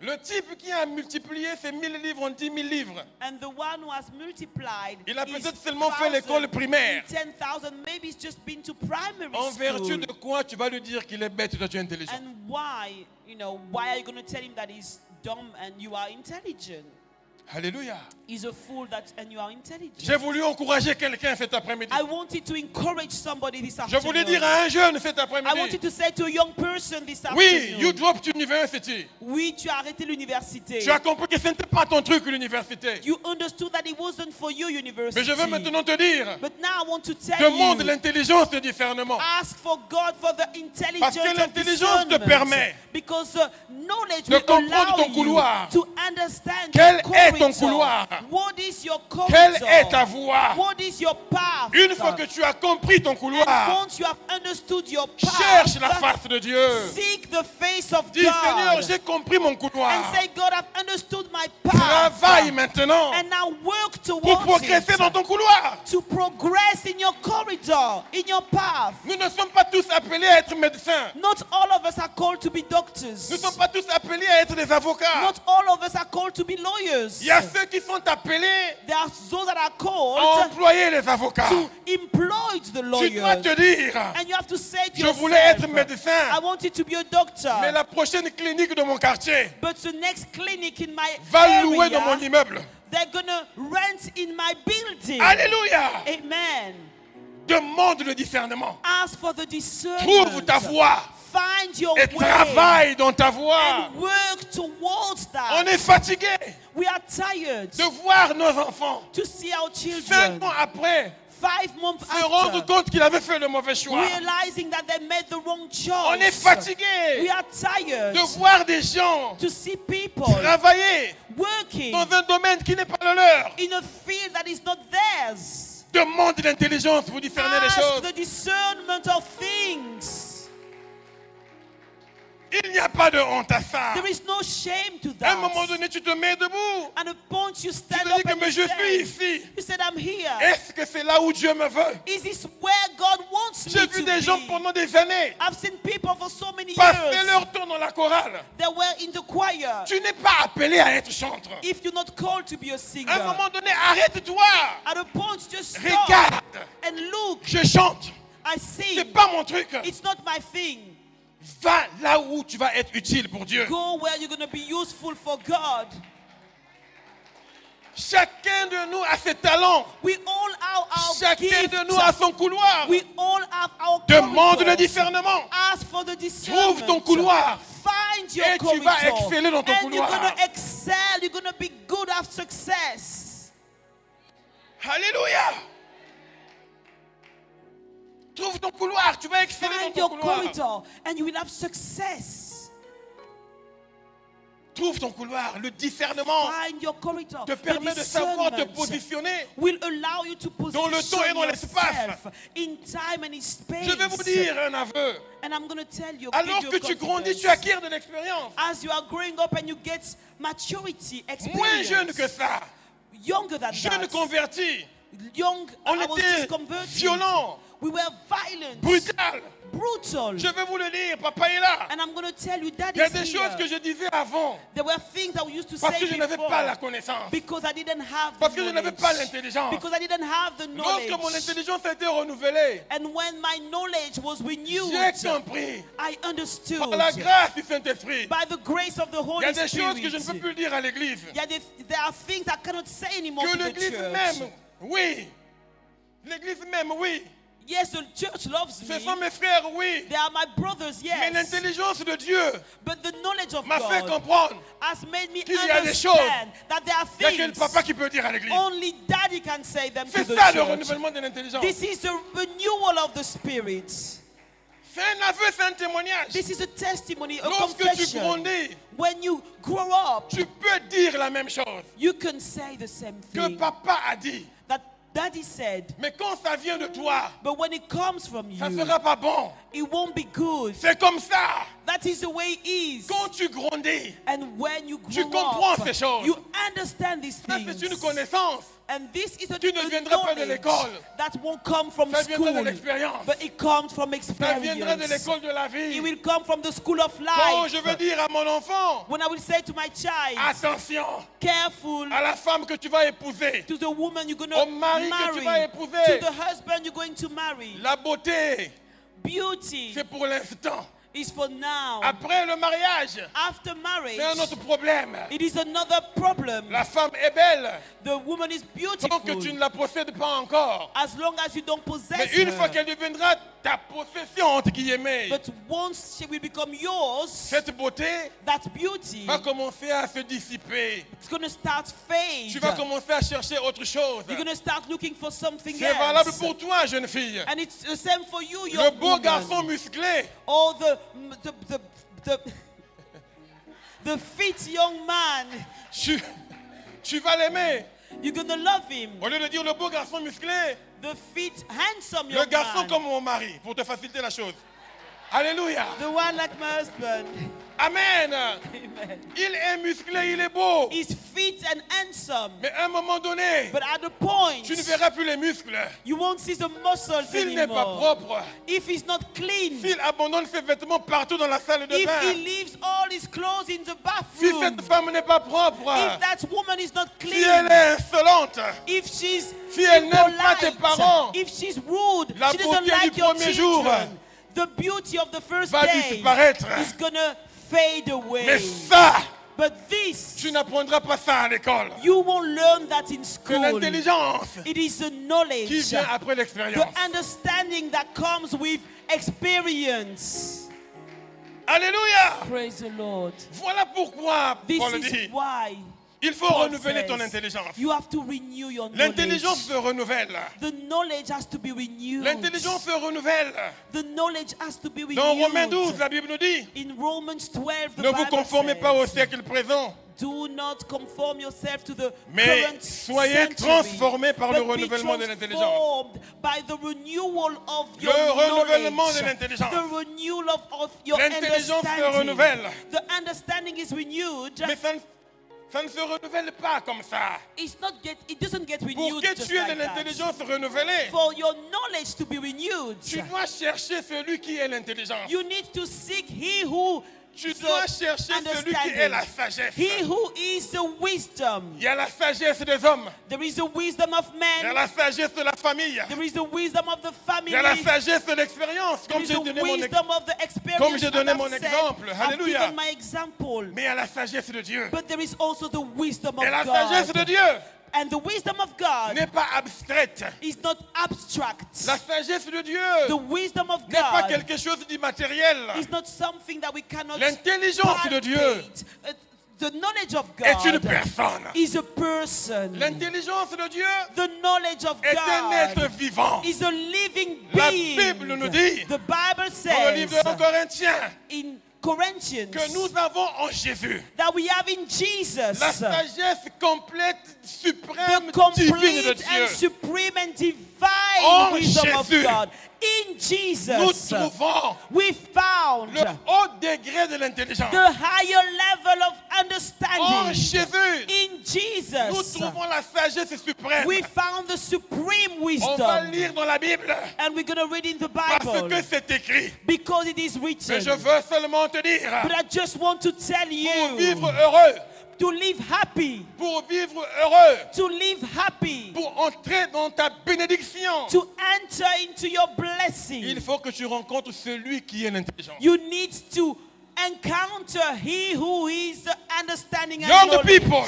A: Le type qui a multiplié ses 1000 livres en 10 000 livres,
B: and the one who has multiplied.
A: Il a
B: his
A: peut-être seulement fait l'école
B: 1,000,
A: primaire.
B: in 10,000, maybe he's just been to primary
A: en vertu
B: school.
A: de quoi tu vas lui dire qu'il est bête, toi tu es intelligent.
B: And why, you know, why are you going to tell him that he's dumb and you are intelligent?
A: Alléluia.
B: He's a fool that and you are intelligent.
A: J'ai voulu encourager quelqu'un cet après-midi.
B: I wanted to encourage somebody this
A: Je voulais
B: afternoon.
A: dire à un jeune cet
B: I wanted
A: après-midi.
B: to say to a young person this
A: Oui,
B: afternoon.
A: you dropped university.
B: Oui, tu as arrêté l'université.
A: Tu as compris que ce n'était pas ton truc l'université.
B: You understood that it wasn't for you, university.
A: Mais je veux maintenant te dire,
B: But now I want to tell
A: demande
B: you,
A: l'intelligence de discernement.
B: ask for God for the intelligence
A: Parce que
B: of
A: l'intelligence te
B: discernment.
A: permet
B: Because the knowledge
A: de
B: will
A: comprendre
B: allow
A: ton couloir.
B: you to understand
A: Quel
B: your
A: est ton
B: corridor.
A: couloir?
B: What is your corridor?
A: Quelle est ta voie
B: What is your path?
A: Une fois que tu as compris ton
B: And
A: couloir,
B: once you have understood your path,
A: cherche la face de Dieu.
B: seek the face of
A: Dis Seigneur,
B: God.
A: j'ai compris mon couloir.
B: and say, God, I've understood my path.
A: Travaille maintenant
B: And now work
A: pour
B: towards
A: progresser
B: it.
A: dans ton couloir.
B: to progress in your corridor, in your path.
A: Nous ne sommes pas tous appelés à être médecins.
B: Not all of us are called to
A: Nous
B: be
A: ne
B: doctors.
A: sommes pas tous appelés à être des avocats.
B: Not all of us are called to be lawyers.
A: Il y a ceux qui sont appelés
B: There are those that are
A: à
B: called
A: employer les avocats.
B: to employ the
A: Tu dois
B: lawyers.
A: te dire,
B: And you have to say to
A: je voulais être
B: yourself, I
A: médecin,
B: wanted to be a
A: mais
B: doctor,
A: la prochaine clinique de mon quartier
B: but the next clinic in my
A: va louer dans mon
B: area,
A: immeuble.
B: they're gonna rent in my building. Eh
A: Alléluia.
B: Amen.
A: Demande le discernement.
B: Ask for the
A: Trouve
B: discernment.
A: ta voie
B: Find your
A: et
B: way.
A: travaille dans ta voie.
B: and work towards
A: On
B: that.
A: est fatigué
B: We are tired
A: de voir nos enfants
B: to see our
A: cinq
B: children
A: ans après
B: five months
A: se rendre
B: after
A: compte qu'il avait fait le mauvais choix.
B: realizing that they made the wrong
A: On est
B: choice. We
A: fatigué
B: are tired
A: de voir des gens
B: to see people
A: travailler
B: working
A: dans un domaine qui n'est pas le leur.
B: in a field that is not theirs.
A: Demande l'intelligence pour discerner les
B: Ask
A: choses.
B: the discernment of things.
A: Il n'y a pas de honte à ça.
B: There is no shame to
A: À un moment
B: that.
A: donné, tu te mets debout.
B: And at point
A: Tu
B: you stand
A: te dis
B: up
A: que
B: and
A: mais je
B: you
A: suis
B: say,
A: ici.
B: you said, I'm here.
A: Est-ce que c'est là où Dieu me veut
B: Is this where God wants
A: J'ai
B: me
A: vu des gens
B: to be?
A: pendant des années
B: I've seen people for so many
A: passer
B: years.
A: leur temps dans la chorale.
B: They were in the choir.
A: Tu n'es pas appelé à être chanteur.
B: If you're not called to be
A: À
B: a
A: un
B: singer,
A: moment donné, arrête-toi.
B: at a point just stop
A: Regarde.
B: and look.
A: Je chante.
B: I sing.
A: C'est pas mon truc.
B: It's not my thing.
A: Va là où tu vas être utile pour Dieu.
B: Go where you're going to be useful for God.
A: Chacun de nous a ses talents.
B: We all have our
A: Chacun
B: gifts.
A: de nous a son couloir.
B: We all have our
A: Demande le
B: corridors.
A: discernement.
B: Ask for the discernment.
A: ton couloir.
B: Find your
A: Et tu
B: corridor.
A: vas exceller dans ton
B: and you're
A: couloir.
B: going to excel. You're going to be good at success.
A: Alléluia. Trouve ton couloir, tu vas exceller
B: Find
A: dans
B: your
A: ton couloir.
B: corridor and you will have success.
A: Trouve ton couloir. Le discernement
B: Find your corridor.
A: te
B: The
A: permet de savoir te
B: discernment
A: positionner.
B: Will allow you to position
A: Dans le temps et dans l'espace.
B: yourself in time and in space.
A: Je vais vous dire un aveu.
B: And I'm going to tell you.
A: Alors
B: give
A: que
B: you
A: tu
B: confidence.
A: grandis, tu acquiers de l'expérience.
B: As you are growing up and you get maturity, experience.
A: Moins jeune que ça.
B: Younger than
A: Jeune
B: that.
A: converti.
B: Young.
A: On
B: I was
A: était
B: just converted.
A: violent,
B: We were violent.
A: brutal.
B: Brutal.
A: Je vais vous le lire. Papa est là.
B: And I'm going to tell you that
A: Il y a
B: is
A: des
B: here.
A: choses que je disais avant
B: There were things that we used to
A: parce
B: say
A: que je n'avais
B: before
A: pas la connaissance.
B: because I didn't have the
A: Parce que je n'avais
B: knowledge.
A: pas l'intelligence.
B: Because I didn't have the knowledge.
A: Lorsque mon intelligence a été renouvelée,
B: And when my knowledge was renewed,
A: j'ai compris
B: I understood
A: par la grâce du Saint-Esprit.
B: by the grace of the
A: Il y
B: Holy
A: a des
B: Spirit.
A: choses que je ne peux plus dire à l'Église.
B: Il y a des- there are things I cannot say anymore
A: Que
B: to the
A: l'Église
B: church.
A: même, oui. L'Église même, oui.
B: Yes, the church loves
A: Ce
B: me.
A: sont mes frères, oui.
B: They are my brothers,
A: Mais
B: yes.
A: l'intelligence de Dieu
B: But the knowledge of
A: m'a fait
B: God
A: comprendre
B: has made me
A: qu'il y a des choses.
B: understand that there are
A: qu'il n'y a que le
B: things
A: papa qui peut dire à l'Église.
B: only daddy can say them to
A: C'est
B: the
A: ça le
B: church.
A: renouvellement de l'intelligence.
B: This is the renewal of the spirit.
A: C'est un aveu, c'est un témoignage.
B: This is a testimony, a
A: Lorsque tu
B: confession.
A: grandis,
B: When you grow up,
A: tu peux dire la même chose
B: you can say the same
A: que
B: thing
A: papa a dit.
B: that daddy said.
A: Mais quand ça vient de toi,
B: But when it comes from
A: ça ne
B: you,
A: sera pas bon.
B: it won't be good.
A: C'est comme ça.
B: That is the way it is.
A: Quand tu grandis,
B: And when you
A: Tu
B: grow
A: comprends
B: up,
A: ces choses.
B: you understand these
A: ça
B: things.
A: c'est une connaissance.
B: And this is a,
A: Tu ne
B: a
A: viendras pas de
B: knowledge
A: l'école.
B: that won't come from
A: Ça viendra
B: school,
A: de l'expérience.
B: but it comes from
A: Ça
B: experience.
A: viendra de l'école de la
B: It
A: vie.
B: will come from the school of life.
A: Quand je veux Ah. dire à mon enfant,
B: When I will say to my child,
A: attention
B: careful
A: à la femme que tu vas épouser.
B: to the woman you're going to
A: Ah. Au mari que tu vas
B: marry,
A: épouser.
B: to the husband you're going to marry.
A: La beauté,
B: Beauty
A: c'est pour l'instant.
B: is for now.
A: Après le mariage,
B: After marriage,
A: c'est un autre problème.
B: it is another problem.
A: La femme est belle
B: The woman is
A: tant
B: beautiful
A: que tu ne la possèdes pas encore.
B: as long as you don't
A: Mais
B: possess
A: une
B: her.
A: fois qu'elle deviendra ta possession, entre guillemets,
B: But once she will become yours,
A: cette beauté
B: that beauty
A: va commencer à se dissiper.
B: is going to start fade.
A: Tu vas commencer à chercher autre chose.
B: You're going to start looking for something
A: C'est
B: else.
A: valable pour toi, jeune fille.
B: And it's the same for you, young
A: Le beau
B: woman.
A: garçon musclé,
B: Or the the the the, [laughs] the fit young man,
A: tu, tu vas l'aimer.
B: you're gonna love him.
A: Au lieu de dire le beau garçon musclé,
B: The fit handsome
A: le
B: young
A: garçon
B: man.
A: comme mon mari, pour te faciliter la chose. Alléluia.
B: The one like my husband. [laughs]
A: Amen.
B: Amen.
A: Il est musclé, il est beau.
B: He's fit and handsome.
A: Mais à un moment donné,
B: But at the point,
A: tu ne verras plus les muscles.
B: you won't see the muscles
A: S'il n'est
B: anymore.
A: pas propre,
B: If he's not clean,
A: s'il abandonne ses vêtements partout dans la salle de
B: if he
A: bain,
B: leaves all his clothes in the
A: si
B: bathroom,
A: cette femme n'est pas
B: if
A: propre,
B: that woman is not
A: si
B: clean,
A: elle est insolente,
B: if she's
A: Si elle n'aime pas tes
B: impolite,
A: parents,
B: if she's rude,
A: la
B: she doesn't
A: beauté
B: like
A: du
B: your
A: premier
B: children,
A: jour
B: the beauty of the first
A: va
B: day
A: disparaître.
B: is gonna fade away.
A: mais ça,
B: But this,
A: tu n'apprendras pas ça à l'école.
B: you won't learn that in
A: C'est
B: school.
A: l'intelligence
B: It is
A: qui
B: the knowledge,
A: vient après
B: the
A: l'expérience.
B: understanding that comes with experience.
A: Alléluia.
B: Praise the Lord.
A: Voilà pourquoi
B: This
A: Paul
B: is
A: dit,
B: why
A: il faut
B: Paul
A: renouveler ton
B: says,
A: intelligence.
B: You have to renew your
A: L'intelligence
B: knowledge.
A: se renouvelle.
B: The knowledge has to be renewed.
A: L'intelligence se renouvelle.
B: The knowledge has to be renewed.
A: Dans Romains 12, la Bible nous dit,
B: In Romans 12, the
A: ne vous
B: Bible
A: conformez
B: says,
A: pas au siècle présent,
B: Do not conform yourself to the
A: Mais
B: current
A: soyez
B: century,
A: transformés par le
B: but be
A: renouvellement de l'intelligence.
B: transformed By the renewal of
A: Le
B: your
A: renouvellement
B: knowledge.
A: de l'intelligence.
B: The renewal of, of your
A: L'intelligence se
B: understanding.
A: renouvelle.
B: The understanding is renewed.
A: mais ça ne, ça ne se renouvelle pas comme ça.
B: It's not get, it doesn't get renewed
A: Pour que
B: just
A: tu aies
B: like
A: de
B: that.
A: l'intelligence renouvelée,
B: For your knowledge to be renewed,
A: tu dois chercher celui qui est l'intelligence.
B: you need to seek he who
A: Tu
B: is the
A: dois chercher celui qui est la
B: understanding.
A: sagesse.
B: He who is the wisdom.
A: Il y a la sagesse des hommes,
B: There is the wisdom of
A: il y a
B: men.
A: la sagesse de la famille,
B: There is the wisdom of the family.
A: il y a la sagesse de l'expérience,
B: There
A: comme
B: is
A: j'ai
B: the
A: donné mon ex-
B: wisdom of the experience.
A: Comme j'ai donné
B: that I've
A: mon
B: said,
A: exemple.
B: I've
A: Alléluia.
B: given my example.
A: Mais il y a la sagesse de Dieu.
B: But there is also the wisdom of
A: Et la sagesse de
B: God.
A: Dieu
B: And the wisdom of God
A: n'est pas abstraite.
B: is not abstract.
A: La sagesse de
B: The
A: Dieu
B: wisdom of
A: n'est pas
B: God
A: quelque chose d'immatériel.
B: is not something that we cannot
A: L'intelligence de Dieu
B: palpate. Uh, The knowledge of
A: est une
B: God
A: personne.
B: is a person.
A: L'intelligence de Dieu
B: The knowledge of
A: est un
B: God
A: être vivant.
B: is a living
A: La
B: being.
A: Bible nous dit,
B: the Bible
A: Dans le livre
B: says
A: de Corinthiens,
B: in Corinthians
A: que nous avons en Jésus.
B: that we have in Jesus
A: La sagesse complète, suprême, divine
B: the
A: de
B: complete and
A: Dieu.
B: supreme and
A: En
B: divine wisdom of
A: Oh, Jésus.
B: God. In
A: Nous
B: Jesus,
A: trouvons
B: we found
A: le haut degré de l'intelligence.
B: the higher level of
A: En
B: understanding.
A: Jésus,
B: In
A: nous
B: Jesus,
A: trouvons la sagesse suprême.
B: we found the supreme
A: On va
B: wisdom.
A: lire dans la Bible
B: And we're going to read in the
A: parce
B: Bible
A: que c'est écrit.
B: because it is
A: Mais
B: written.
A: je veux seulement te
B: But
A: dire,
B: I just want to tell
A: pour
B: you
A: vivre heureux,
B: to live happy,
A: pour vivre heureux,
B: to live happy,
A: pour entrer dans ta bénédiction,
B: to enter into your blessing.
A: il faut que tu rencontres celui qui est l'intelligence.
B: You need to encounter he who is the understanding and
A: Young
B: knowledge.
A: people.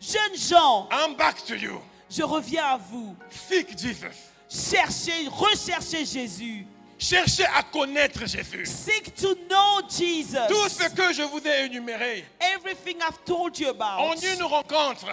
B: Jeunes gens,
A: I'm back to you.
B: je reviens à vous.
A: Seek Jesus.
B: Cherchez, recherchez Jésus.
A: Cherchez à connaître Jésus.
B: Seek to know Jesus.
A: Tout ce que je vous ai énuméré
B: Everything I've told you
A: en
B: about
A: une rencontre,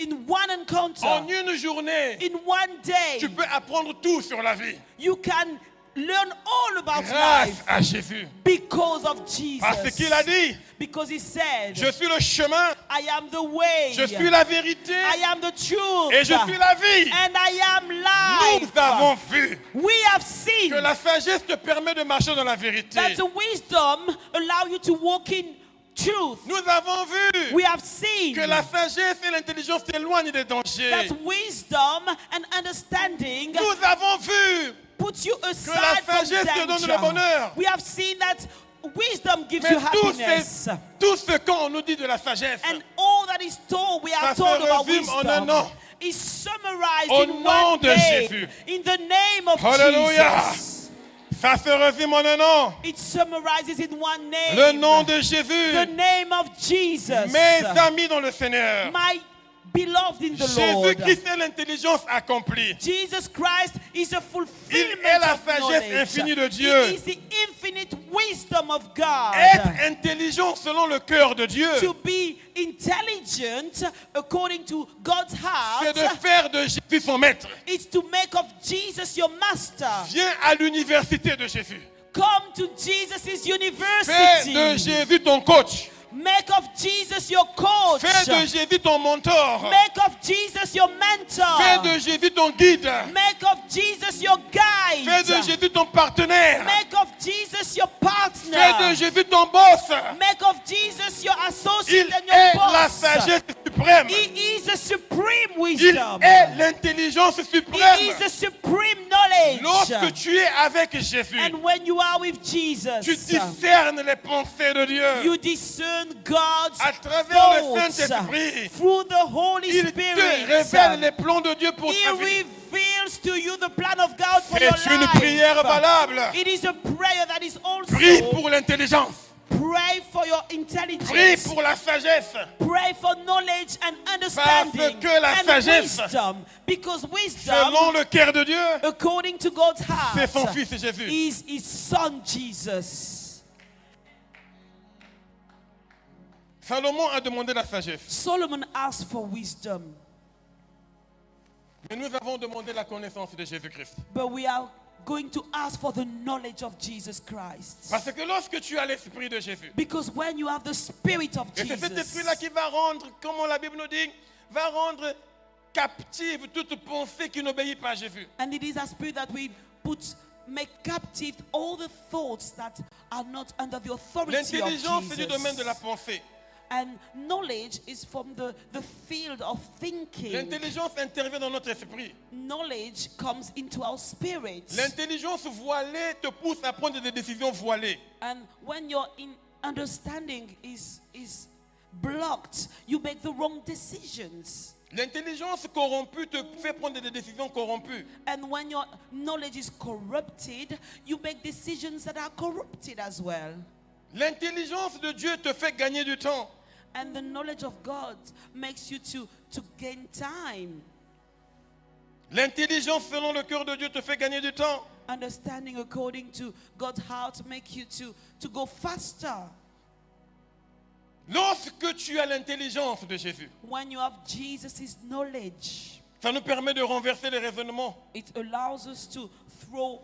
B: in one encounter,
A: en une journée,
B: in one day,
A: tu peux apprendre tout sur la vie.
B: you can learn all about
A: Grâce
B: life
A: à Jésus.
B: because of Jesus.
A: Parce qu'il a dit,
B: because he said,
A: je suis le chemin,
B: I am the way,
A: je suis la vérité
B: I am the truth,
A: et je suis la vie.
B: and I am life.
A: Nous avons vu
B: We have seen
A: que la sagesse te permet de marcher dans la vérité.
B: that the wisdom allow you to walk in truth.
A: Nous avons vu
B: We have seen
A: que la sagesse et l'intelligence t'éloignent des dangers.
B: that wisdom and understanding
A: Nous avons vu,
B: puts you
A: la
B: aside from
A: sagesse te donne le
B: danger.
A: bonheur.
B: We have seen that wisdom gives
A: mais
B: you
A: tout,
B: happiness.
A: ce- tout ce qu'on nous dit de la sagesse,
B: And all that is told, we are
A: Ça se
B: told about
A: résume en un
B: wisdom,
A: an.
B: is summarized
A: Au
B: in
A: nom
B: one
A: de
B: name,
A: Jésus.
B: in the name of
A: Hallelujah.
B: Jesus.
A: ça se résume en un nom.
B: It summarizes in one name,
A: Le nom de
B: the
A: Jésus,
B: name of Jesus.
A: mes amis dans le Seigneur.
B: My beloved in the Lord.
A: Jésus-Christ est l'intelligence accomplie.
B: Jesus Christ is a fulfillment
A: Il est la
B: of
A: sagesse
B: knowledge.
A: infinie de Dieu.
B: He is the infinite wisdom of God.
A: Être intelligent selon le cœur de Dieu,
B: to be intelligent according to God's
A: c'est
B: heart
A: de faire de Jésus son maître.
B: is to make of Jesus your master.
A: Viens à l'université de Jésus.
B: Come to Jesus'
A: Fais de
B: university.
A: Jésus ton coach.
B: Make of Jesus your coach.
A: Fais de Jésus ton mentor.
B: Make of Jesus your
A: Fais
B: mentor.
A: de Jésus ton guide.
B: Make of Jesus your guide.
A: Fais de Jésus ton partenaire.
B: Make of Jesus your
A: Fais de
B: partner.
A: Jésus ton boss.
B: Make of Jesus your associate
A: Il
B: and
A: est
B: your
A: la
B: boss.
A: sagesse suprême.
B: He is the supreme
A: Il
B: wisdom.
A: est l'intelligence
B: He
A: suprême.
B: is the supreme knowledge.
A: Lorsque tu es avec Jésus,
B: And when you are with
A: tu
B: Jesus,
A: discernes les pensées de Dieu.
B: you discern God's
A: À travers le
B: thoughts
A: Saint-Esprit,
B: through the Holy
A: Il te révèle les
B: Spirit.
A: plans de Dieu pour
B: He
A: ta vie.
B: reveals to you the plan of God for your
A: C'est une
B: life.
A: prière valable.
B: It is a prayer that is also
A: Prie pour l'intelligence.
B: pray for your
A: Prie
B: intelligence.
A: pour la sagesse.
B: Pray for knowledge and understanding
A: que la
B: and
A: sagesse,
B: wisdom. Because wisdom,
A: Selon le cœur de Dieu,
B: according to God's
A: c'est son
B: heart,
A: fils Jésus.
B: is his son Jesus.
A: Salomon a demandé la sagesse.
B: Solomon asked for wisdom,
A: Mais nous avons demandé la connaissance de Jésus-Christ.
B: but we are going to ask for the knowledge of Jesus Christ.
A: Parce que lorsque tu as l'esprit de Jésus,
B: Because when you have the spirit of
A: et c'est cet esprit-là qui
B: Jesus,
A: va rendre, comme la Bible nous dit, va rendre captive toute pensée qui n'obéit pas à Jésus.
B: and it is that spirit that we put make captive all the thoughts that are not under the authority of
A: L'intelligence, c'est du domaine de la
B: Jesus.
A: pensée.
B: And knowledge is from the, the field of thinking.
A: L'intelligence intervient dans notre esprit.
B: Knowledge comes into our spirit.
A: L'intelligence voilée te pousse à prendre des décisions voilées.
B: And when your in understanding is, is blocked, you make the wrong decisions.
A: L'intelligence corrompue te fait prendre des décisions corrompues.
B: And when your knowledge is corrupted, you make decisions that are corrupted as well.
A: L'intelligence de Dieu te fait gagner du temps.
B: And the knowledge of God makes you to, to gain time.
A: L'intelligence selon le cœur de Dieu te fait gagner du temps.
B: Understanding according to God's heart make you to, to go faster.
A: Lorsque tu as l'intelligence de Jésus,
B: When you have Jesus' knowledge,
A: ça nous permet de renverser les raisonnements.
B: it allows us to throw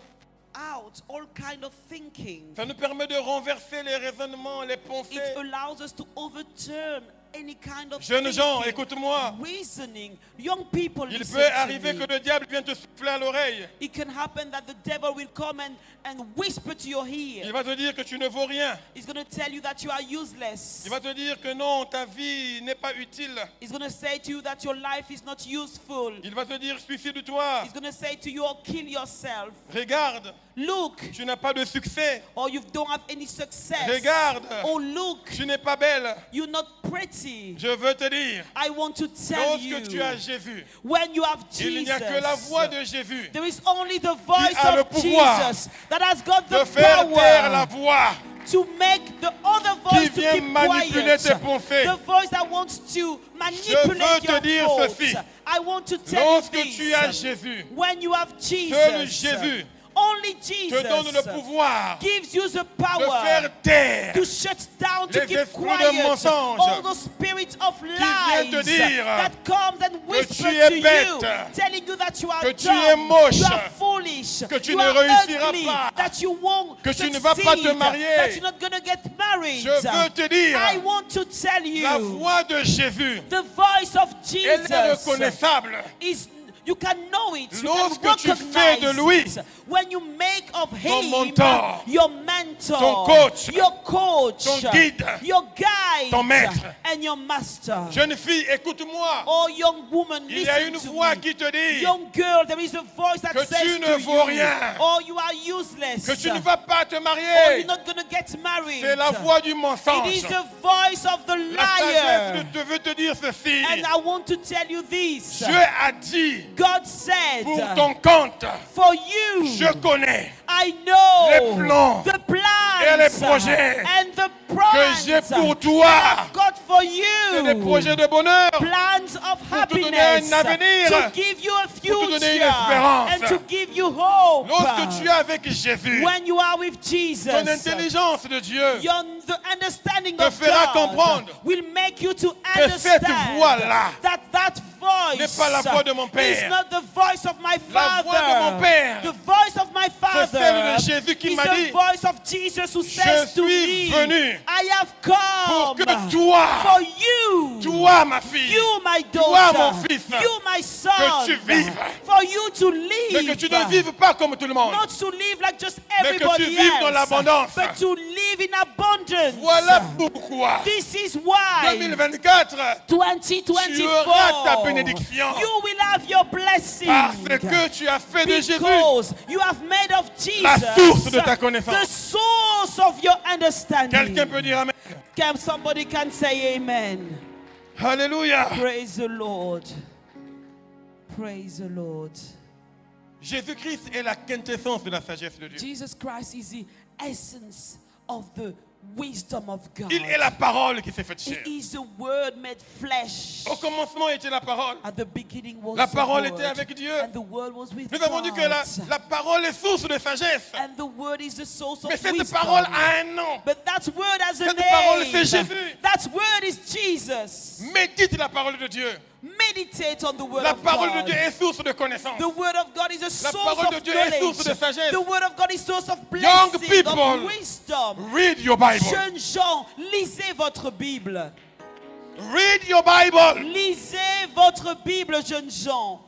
B: out all kind of thinking.
A: Ça nous permet de renverser les raisonnements, les pensées.
B: It allows us to overturn any kind of
A: Jeunes gens,
B: thinking,
A: écoute-moi.
B: reasoning. Young people,
A: Il
B: listen
A: peut
B: to
A: arriver
B: me.
A: que le diable vienne te souffler à l'oreille.
B: It can happen that the devil will come and, and whisper to your ear.
A: Il va te dire que tu ne vaux rien.
B: He's going to tell you that you are useless.
A: Il va te dire que non, ta vie n'est pas utile.
B: He's going to say to you that your life is not useful.
A: Il va te dire suicide-toi.
B: He's going to say to you, oh, kill yourself.
A: Regarde,
B: Look,
A: tu n'as pas de succès.
B: or you don't have any success.
A: Regarde.
B: Oh, look,
A: Tu n'es pas belle.
B: you're not pretty.
A: Je veux te dire,
B: I want to tell you,
A: lorsque tu as Jésus,
B: when you have
A: il n'y
B: Jesus,
A: a que la voix de Jésus
B: there is only the voice
A: a le
B: of
A: pouvoir
B: Jesus that has got the
A: de faire taire la
B: power
A: voix.
B: to make the other voice to
A: vient
B: keep
A: manipuler
B: quiet.
A: tes pensées.
B: The voice that wants to
A: veux
B: manipulate
A: te
B: your
A: dire
B: thoughts.
A: ceci.
B: I want to tell
A: Lorsque
B: you this.
A: tu as Jésus,
B: when you have Jesus,
A: Seul Jésus
B: only
A: te
B: Jesus
A: donne le pouvoir
B: gives you the
A: de
B: power
A: faire taire
B: to shut down, to
A: les
B: keep
A: esprits de
B: quiet
A: mensonge
B: all the spirits of lies
A: viennent te dire
B: that comes and whisper
A: tu es
B: to you,
A: bête,
B: telling you that you are
A: que tu
B: dumb,
A: es moche,
B: you are foolish,
A: que tu
B: you
A: ne
B: are
A: réussiras
B: ugly,
A: pas,
B: that you won't
A: que tu ne vas pas te
B: succeed,
A: marier.
B: that you're not gonna get married.
A: Je veux te dire,
B: I want to tell you,
A: la voix de Jésus.
B: the voice of
A: Elle
B: Jesus
A: est reconnaissable.
B: is you can know it. You
A: Lorsque tu
B: can
A: fais de
B: recognize
A: lui
B: it. when you make of him
A: mentor,
B: your mentor,
A: ton coach,
B: your coach,
A: ton guide,
B: your guide,
A: ton maître.
B: and your master.
A: Jeune fille, écoute-moi.
B: Oh young woman,
A: Il y a
B: listen
A: une
B: to
A: voix
B: me.
A: qui te dit
B: Young girl, there is a voice that
A: Que
B: says
A: tu ne
B: to
A: vaux
B: you,
A: rien.
B: oh you are useless,
A: que tu ne vas pas te
B: oh you're
A: marier.
B: not gonna get married.
A: C'est la voix du
B: it
A: mensonge.
B: is the voice of the
A: La sagesse
B: liar,
A: te veut te dire ceci.
B: and I want to tell you this.
A: Dieu a dit
B: God said,
A: pour ton compte,
B: for you,
A: je connais
B: I know
A: Les plans
B: the plans
A: et les projets
B: and the
A: que
B: plans
A: j'ai pour toi.
B: God for
A: C'est des
B: you
A: projets de bonheur.
B: plans of
A: te donner
B: happiness
A: un avenir,
B: to give you a
A: te
B: future
A: donner une espérance.
B: and to give you hope
A: Lorsque tu es avec Jésus,
B: when you are with Jesus
A: ton intelligence de Dieu
B: your, the understanding
A: te
B: of
A: fera
B: God
A: comprendre
B: will make you to
A: cette
B: understand
A: voix-là
B: that that voice
A: n'est pas la voix de mon
B: is
A: père.
B: not the voice of my
A: La
B: father.
A: voix de mon père,
B: The voice of my father
A: celle de Jésus qui
B: is
A: m'a dit,
B: the voice of Jesus who says to
A: suis
B: me,
A: venu
B: I have come
A: pour que toi,
B: for you,
A: toi ma fille,
B: you my
A: toi
B: daughter,
A: mon fils,
B: you my son,
A: que tu vives,
B: for you to live,
A: mais que tu ne vives pas comme tout le monde.
B: not to live like just
A: Mais que tu
B: everybody
A: vives dans
B: else,
A: l'abondance.
B: but to live in abundance.
A: Voilà pourquoi
B: This is why
A: 2024,
B: 2024
A: tu auras ta bénédiction
B: you will have your blessing.
A: parce que tu as fait de Jésus
B: Because you have made of Jesus
A: La source de ta connaissance.
B: the source of your understanding.
A: Quelqu'un peut dire Amen.
B: Can somebody can say amen?
A: Alléluia.
B: Praise the Lord. Praise the Lord.
A: Jésus-Christ est la quintessence de la sagesse de Dieu.
B: Jesus Christ is the essence of the wisdom of God.
A: Il est la parole qui s'est faite
B: He
A: chair.
B: is the word made flesh.
A: Au commencement était la parole.
B: At the beginning was
A: La
B: the
A: parole
B: word,
A: était avec Dieu.
B: And the word was with
A: Nous avons dit
B: God.
A: que la, la parole est source de sagesse.
B: And the word is the source
A: Mais
B: of
A: cette
B: wisdom.
A: parole a un nom.
B: But that word has a
A: Cette
B: name.
A: parole, c'est Jésus.
B: That word is Jesus.
A: Médite la parole de Dieu.
B: Meditate on the word
A: La
B: of
A: parole de
B: God.
A: Dieu est source de connaissance.
B: The word of God is a source
A: parole de
B: of
A: Dieu est
B: knowledge.
A: source de sagesse.
B: The word of God is source of
A: Young
B: blessing,
A: people,
B: of wisdom.
A: Read your Bible.
B: Jeunes gens, lisez votre Bible.
A: Read your Bible.
B: Lisez votre Bible, jeunes gens.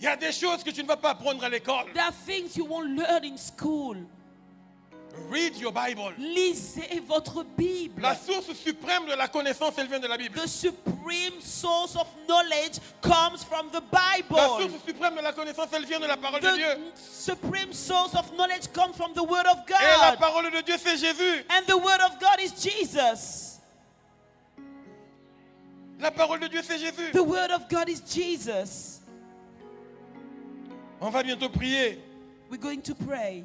A: Il y a des choses que tu ne vas pas apprendre à l'école.
B: There are things you won't learn in school.
A: Read your Bible.
B: Lisez votre Bible.
A: La source suprême de la connaissance, elle vient de la Bible.
B: The supreme source of knowledge comes from the
A: La
B: Bible.
A: source suprême de la connaissance, elle vient de la parole de
B: The
A: Dieu.
B: supreme source of knowledge comes from the Word of
A: Et la
B: God.
A: parole de Dieu, c'est Jésus.
B: And the Word of God is Jesus.
A: La parole de Dieu, c'est Jésus.
B: The Word of God is Jesus.
A: On va bientôt prier.
B: We're going to pray.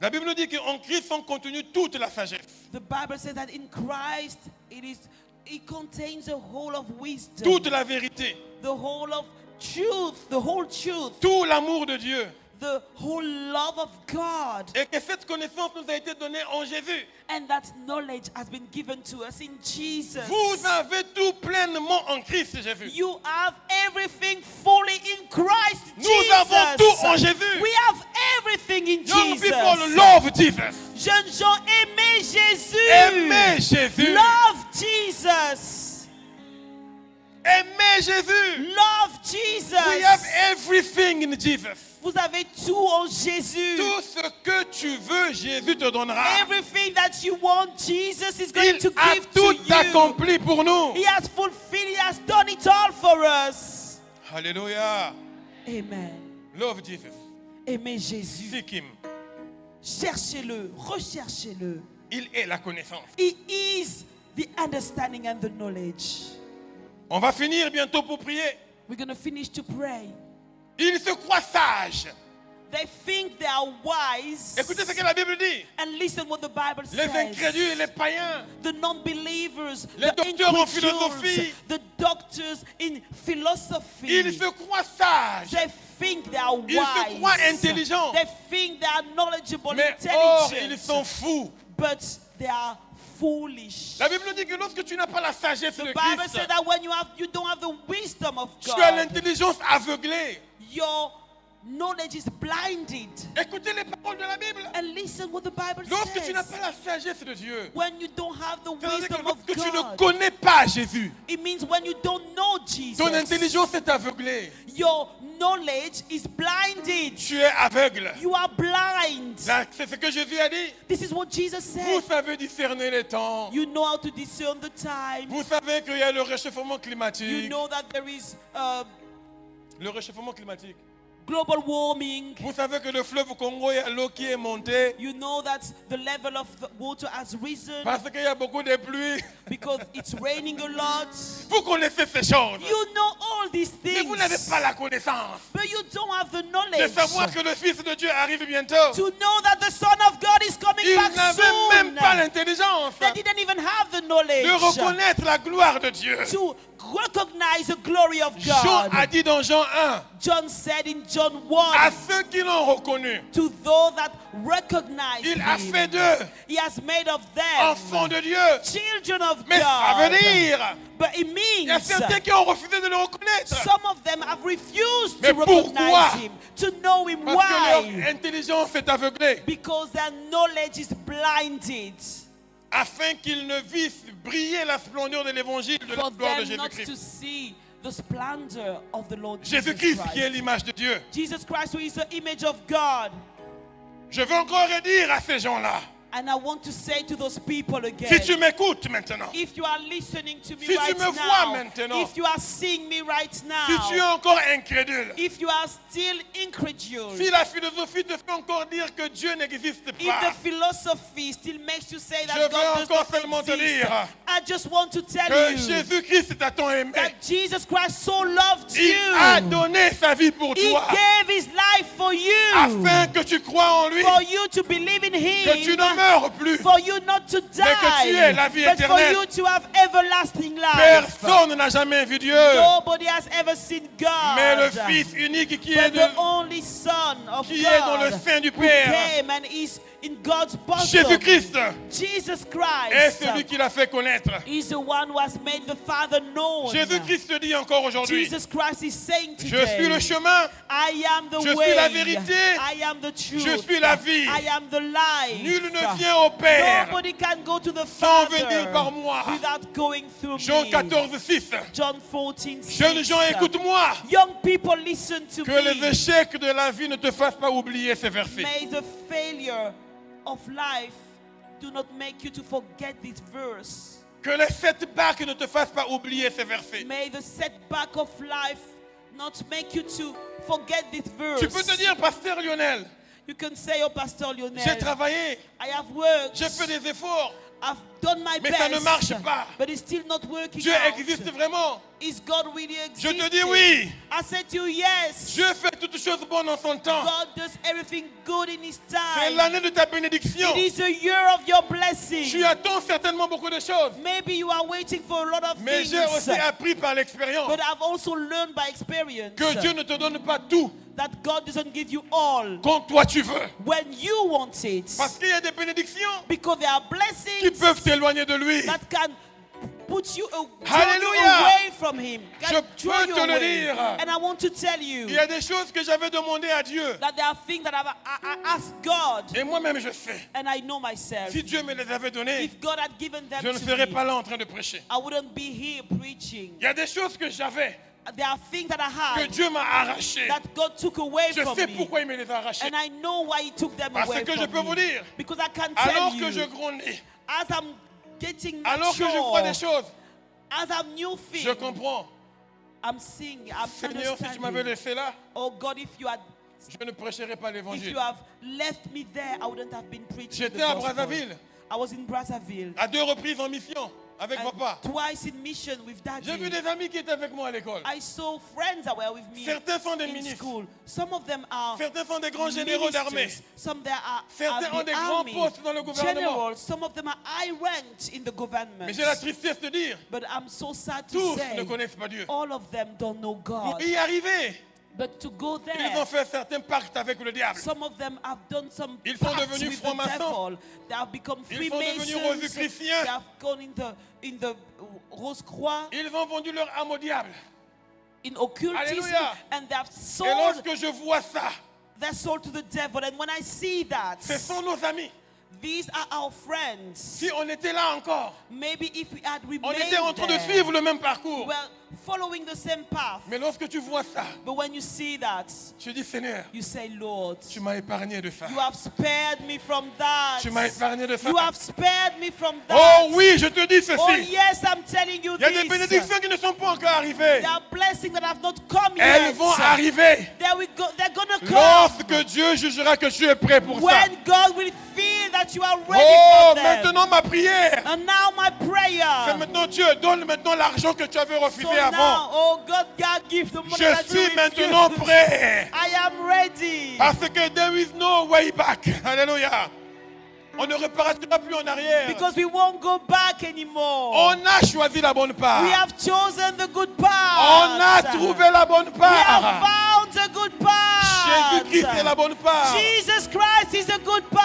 A: La Bible nous dit qu'en Christ sont contenues toute la sagesse,
B: The Bible says that in Christ it is it contains the whole of wisdom,
A: toute la vérité,
B: the whole of truth, the whole truth,
A: tout l'amour de Dieu,
B: the whole love of God.
A: Et que cette connaissance nous a été donnée en Jésus.
B: And that knowledge has been given to us in Jesus.
A: Vous avez tout pleinement en Christ Jésus.
B: You have everything fully in Christ
A: Nous
B: Jesus.
A: avons tout en Jésus.
B: We have everything in
A: Young
B: Jesus.
A: people love Jesus.
B: Jeunes gens, aimez Jésus.
A: Aimez Jésus.
B: Mm. Love Jesus.
A: Aimez Jésus.
B: Love Jesus.
A: We have everything in Jesus.
B: Vous avez tout en Jésus.
A: Tout ce que tu veux, Jésus te donnera.
B: Everything that you want, Jesus is going
A: Il
B: to
A: a
B: give
A: tout
B: to you.
A: accompli pour nous.
B: He has fulfilled, He has done it all for us.
A: Alléluia.
B: Amen.
A: Love Jesus.
B: Aimez Jésus.
A: Seek him.
B: Cherchez-le, recherchez-le.
A: Il est la connaissance.
B: He is the understanding and the knowledge.
A: On va finir bientôt pour prier.
B: We're going to finish to pray.
A: Il se croit sage.
B: They think they are wise.
A: Écoutez ce que la Bible dit.
B: And listen what the Bible
A: Les
B: says.
A: incrédules, les païens,
B: The non-believers,
A: Les
B: the
A: docteurs en philosophie.
B: incredulous, the doctors in philosophy.
A: ils se croient sages.
B: They think they are wise.
A: Ils se croient intelligents.
B: They think they are knowledgeable,
A: Mais or,
B: intelligent.
A: ils sont fous.
B: But they are foolish.
A: La Bible nous dit que lorsque tu n'as pas la sagesse de
B: the Bible
A: Christ,
B: says that when you have, you don't have the wisdom of
A: tu as
B: God,
A: l'intelligence aveuglée.
B: your knowledge is blinded.
A: Écoutez les paroles de la Bible.
B: And listen what the Bible
A: Lorsque tu n'as
B: says.
A: pas la sagesse de Dieu,
B: When you don't have the
A: c'est-à-dire que
B: wisdom of
A: lorsque tu ne
B: God,
A: connais pas Jésus,
B: it means when you don't know Jesus,
A: ton intelligence est aveuglée.
B: your knowledge is blinded.
A: Tu es aveugle.
B: You are blind.
A: Là, C'est ce que Jésus a dit.
B: This is what Jesus
A: Vous
B: said.
A: savez discerner les temps.
B: You know how to discern the time.
A: Vous savez qu'il y a le réchauffement
B: You
A: climatique.
B: know that there is uh,
A: Le réchauffement climatique.
B: global warming.
A: Vous savez que le fleuve Congo, il y a l'eau qui est montée
B: You know that the level of the water has risen
A: parce qu'il y a beaucoup de pluie.
B: because it's raining a lot.
A: Vous connaissez ces choses.
B: You know all these
A: Mais
B: things,
A: vous n'avez pas la connaissance
B: but you don't have the
A: de savoir
B: knowledge
A: que le Fils de Dieu arrive bientôt.
B: to know that the Son of God is coming
A: Il
B: back
A: n'avait même pas
B: soon.
A: l'intelligence
B: They didn't even have the
A: de
B: knowledge
A: reconnaître la gloire de Dieu.
B: to recognize the glory of
A: Jean a
B: God.
A: dit dans Jean 1,
B: John said in John
A: à
B: 1
A: ceux qui l'ont reconnu,
B: to those that recognize
A: il a
B: Him,
A: fait d'eux
B: He has made of them
A: enfants de Dieu.
B: children of
A: Mais ça
B: God.
A: veut dire,
B: But it
A: il y a
B: means
A: certains qui ont refusé de le reconnaître.
B: some of them have refused
A: Mais
B: to recognize
A: pourquoi?
B: him, to know him.
A: Parce que leur
B: Why?
A: intelligence est aveuglée,
B: Because their knowledge is blinded.
A: afin qu'ils ne vissent briller la splendeur de l'évangile de la
B: For
A: gloire de
B: them not to
A: Jésus-Christ.
B: see the splendor of the Lord Jesus
A: Jésus-Christ qui est
B: Christ.
A: l'image de Dieu.
B: Jesus Christ, who is the image of God.
A: Je veux encore dire à ces gens-là,
B: And I want to say to those people
A: si
B: again.
A: tu m'écoutes maintenant,
B: If you are listening to me
A: Si tu
B: right
A: me vois
B: now,
A: maintenant.
B: if you are seeing me right now,
A: si tu es encore incrédule,
B: if you are still incredulous,
A: si la philosophie te fait encore dire que Dieu n'existe
B: If
A: pas,
B: the philosophy still makes you say
A: Je veux
B: that God does
A: encore
B: not
A: seulement te
B: exist,
A: dire
B: I just want to tell
A: que
B: you
A: Jésus-Christ t'a tant aimé,
B: that Jesus Christ so loved
A: il
B: you.
A: a donné sa vie pour
B: he
A: toi,
B: gave his life for you.
A: afin que tu crois en lui,
B: for you to believe in
A: que tu
B: him.
A: ne meurs plus.
B: for you not to die.
A: tu aies la vie
B: but for
A: éternelle.
B: you to have everlasting life.
A: Personne n'a jamais vu Dieu,
B: Nobody has ever seen God.
A: mais le Fils unique qui est
B: but
A: de
B: the only Son of
A: qui est dans
B: God
A: le sein du
B: who
A: Père.
B: came and is in God's bosom.
A: Jésus-Christ
B: Jesus
A: est
B: Christ.
A: celui qui l'a fait connaître.
B: He's the one who has made the Father known.
A: Jésus-Christ te dit encore aujourd'hui,
B: Jesus Christ is saying
A: je
B: today,
A: suis le chemin,
B: I am the
A: Je suis
B: way,
A: la vérité.
B: I am the truth,
A: suis la vie.
B: I am the life.
A: nul ne vient au Père.
B: Nobody can go to the
A: sans
B: Father
A: venir par moi.
B: without going through
A: Jean
B: me.
A: 14, 6.
B: John 14,
A: Jeunes
B: 6.
A: gens, écoute-moi.
B: Young people, listen to
A: Que les
B: me.
A: échecs de la vie ne te fassent pas oublier ces versets.
B: May the failure of life do not make you to forget this verse.
A: Que les setbacks ne te fassent pas oublier ces versets.
B: May the setback of life not make you to forget this verse.
A: Tu peux te dire, pasteur Lionel,
B: you can say, Oh, Pastor Lionel,
A: j'ai travaillé,
B: I have worked.
A: j'ai fait des efforts.
B: I've done my
A: Mais ça
B: best.
A: ne marche pas.
B: But it's still not working
A: Dieu
B: out.
A: existe vraiment.
B: Is God really
A: Je
B: existing?
A: te dis oui.
B: I said to you, yes.
A: Dieu fait toutes choses bonnes en son temps.
B: God does everything good in His
A: C'est
B: time.
A: l'année de ta bénédiction.
B: It is a year of your blessing.
A: Tu attends certainement beaucoup de choses.
B: Maybe you are waiting for a lot of
A: Mais j'ai
B: things.
A: aussi appris par l'expérience
B: But I've also learned by experience
A: que Dieu ne te donne pas tout.
B: that God doesn't give you all
A: quand toi tu veux.
B: when you want it.
A: Parce qu'il y a des bénédictions
B: Because there are
A: qui
B: blessings
A: peuvent t'éloigner de lui.
B: that can put you a- draw you
A: Hallelujah.
B: away from Him.
A: Je
B: Can draw
A: peux
B: you
A: te le
B: away.
A: dire.
B: And I want to tell you
A: Il y a des choses que j'avais demandées à Dieu.
B: that there are things that I've, I, I asked God,
A: Et moi-même, je sais.
B: and I know myself.
A: Si Dieu me les avait données,
B: [laughs] If God had given them
A: je ne
B: to
A: serais
B: me,
A: pas là en train de prêcher.
B: I wouldn't be here preaching.
A: Il y a des choses que j'avais,
B: There are things that I
A: que
B: had
A: Dieu m'a arrachées.
B: that God took away
A: Je
B: from
A: sais
B: me.
A: pourquoi il me les a arrachées.
B: And I know why He took them
A: Parce
B: away
A: que je
B: from
A: peux vous
B: me.
A: dire,
B: because I can tell
A: Alors
B: you,
A: que je grondais,
B: as I'm getting
A: alors que je
B: mature,
A: crois des choses,
B: as I'm new things,
A: je comprends.
B: I'm seeing, I'm
A: Seigneur, si tu m'avais
B: understanding.
A: laissé là,
B: Oh God, if you had,
A: je ne prêcherais pas
B: if
A: l'évangile.
B: you have left me there, I wouldn't have been preaching. the
A: J'étais à
B: gospel.
A: Brazzaville. Ah,
B: I was in Brazzaville.
A: À deux reprises en mission, avec
B: and
A: papa.
B: Twice in mission with Daddy.
A: J'ai vu des amis qui étaient avec moi à l'école.
B: I saw friends that were with me
A: Certains sont des
B: in
A: ministres.
B: school. Some of them are
A: Certains sont des grands généraux d'armée.
B: ministers. Some there are
A: Certains
B: are
A: ont
B: the
A: des grands
B: army.
A: postes dans le gouvernement.
B: Generals, some of them are high ranked in the government.
A: Mais j'ai la tristesse de dire,
B: But I'm so sad to
A: tous
B: say
A: ne connaissent pas Dieu.
B: all of them don't know
A: Pour
B: God.
A: y arriver,
B: But to go
A: ils ont
B: there,
A: fait certains pactes avec le diable.
B: some of them have done some
A: Ils sont
B: pacts
A: devenus
B: with the
A: francs-maçons.
B: devil. They have become
A: Ils sont devenus
B: Freemasons.
A: rosicruciens.
B: They have gone in the in the Rose Croix
A: Ils ont vendu leur âme au diable.
B: in occultism,
A: Alléluia.
B: and they have
A: Et
B: sold
A: lorsque je vois ça,
B: their soul to the devil. And when I see that,
A: ce sont nos amis.
B: these are our friends.
A: Si on était là encore,
B: Maybe if we had remained
A: on était en train de
B: there,
A: suivre le même parcours.
B: well, following the same path.
A: Mais lorsque tu vois ça,
B: But when you see that,
A: tu dis Seigneur,
B: you say, Lord,
A: tu m'as épargné de ça.
B: you have spared me from that.
A: Tu m'as épargné de ça.
B: You have spared me from that.
A: Oh oui, je te dis
B: Oh,
A: ceci.
B: yes, I'm telling you
A: Il y a des
B: this.
A: bénédictions qui ne sont pas encore arrivées.
B: There are blessings that have not come
A: Elles
B: yet.
A: vont arriver
B: There we go. They're gonna come.
A: lorsque Dieu jugera que tu es prêt pour ça.
B: When God will feel that you are ready
A: Oh,
B: for them.
A: maintenant ma prière.
B: And now my
A: C'est
B: prayer.
A: maintenant Dieu, donne maintenant l'argent que tu avais
B: So
A: refusé
B: now,
A: avant.
B: oh God, God, give the money
A: Je
B: that you
A: suis
B: refuse.
A: maintenant prêt.
B: I am ready.
A: Parce que there is no way back. Alléluia. On ne repartira plus en arrière.
B: Because we won't go back anymore.
A: On a choisi la bonne part.
B: we have chosen the good path.
A: On a trouvé la bonne
B: We have
A: part.
B: found the good path.
A: Jésus-Christ est la bonne part.
B: Jesus Christ is the good
A: On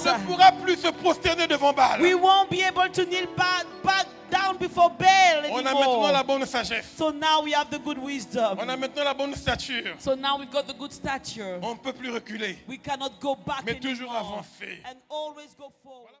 B: path.
A: ne pourra plus se prosterner devant
B: We
A: Baal.
B: won't be able to kneel back, back down before Baal
A: On a
B: anymore.
A: maintenant la bonne sagesse.
B: So now we have the good wisdom.
A: On a maintenant la bonne stature.
B: So now we've got the good stature.
A: On ne peut plus reculer.
B: We cannot go back
A: Mais toujours
B: anymore
A: avancer.
B: and always go forward.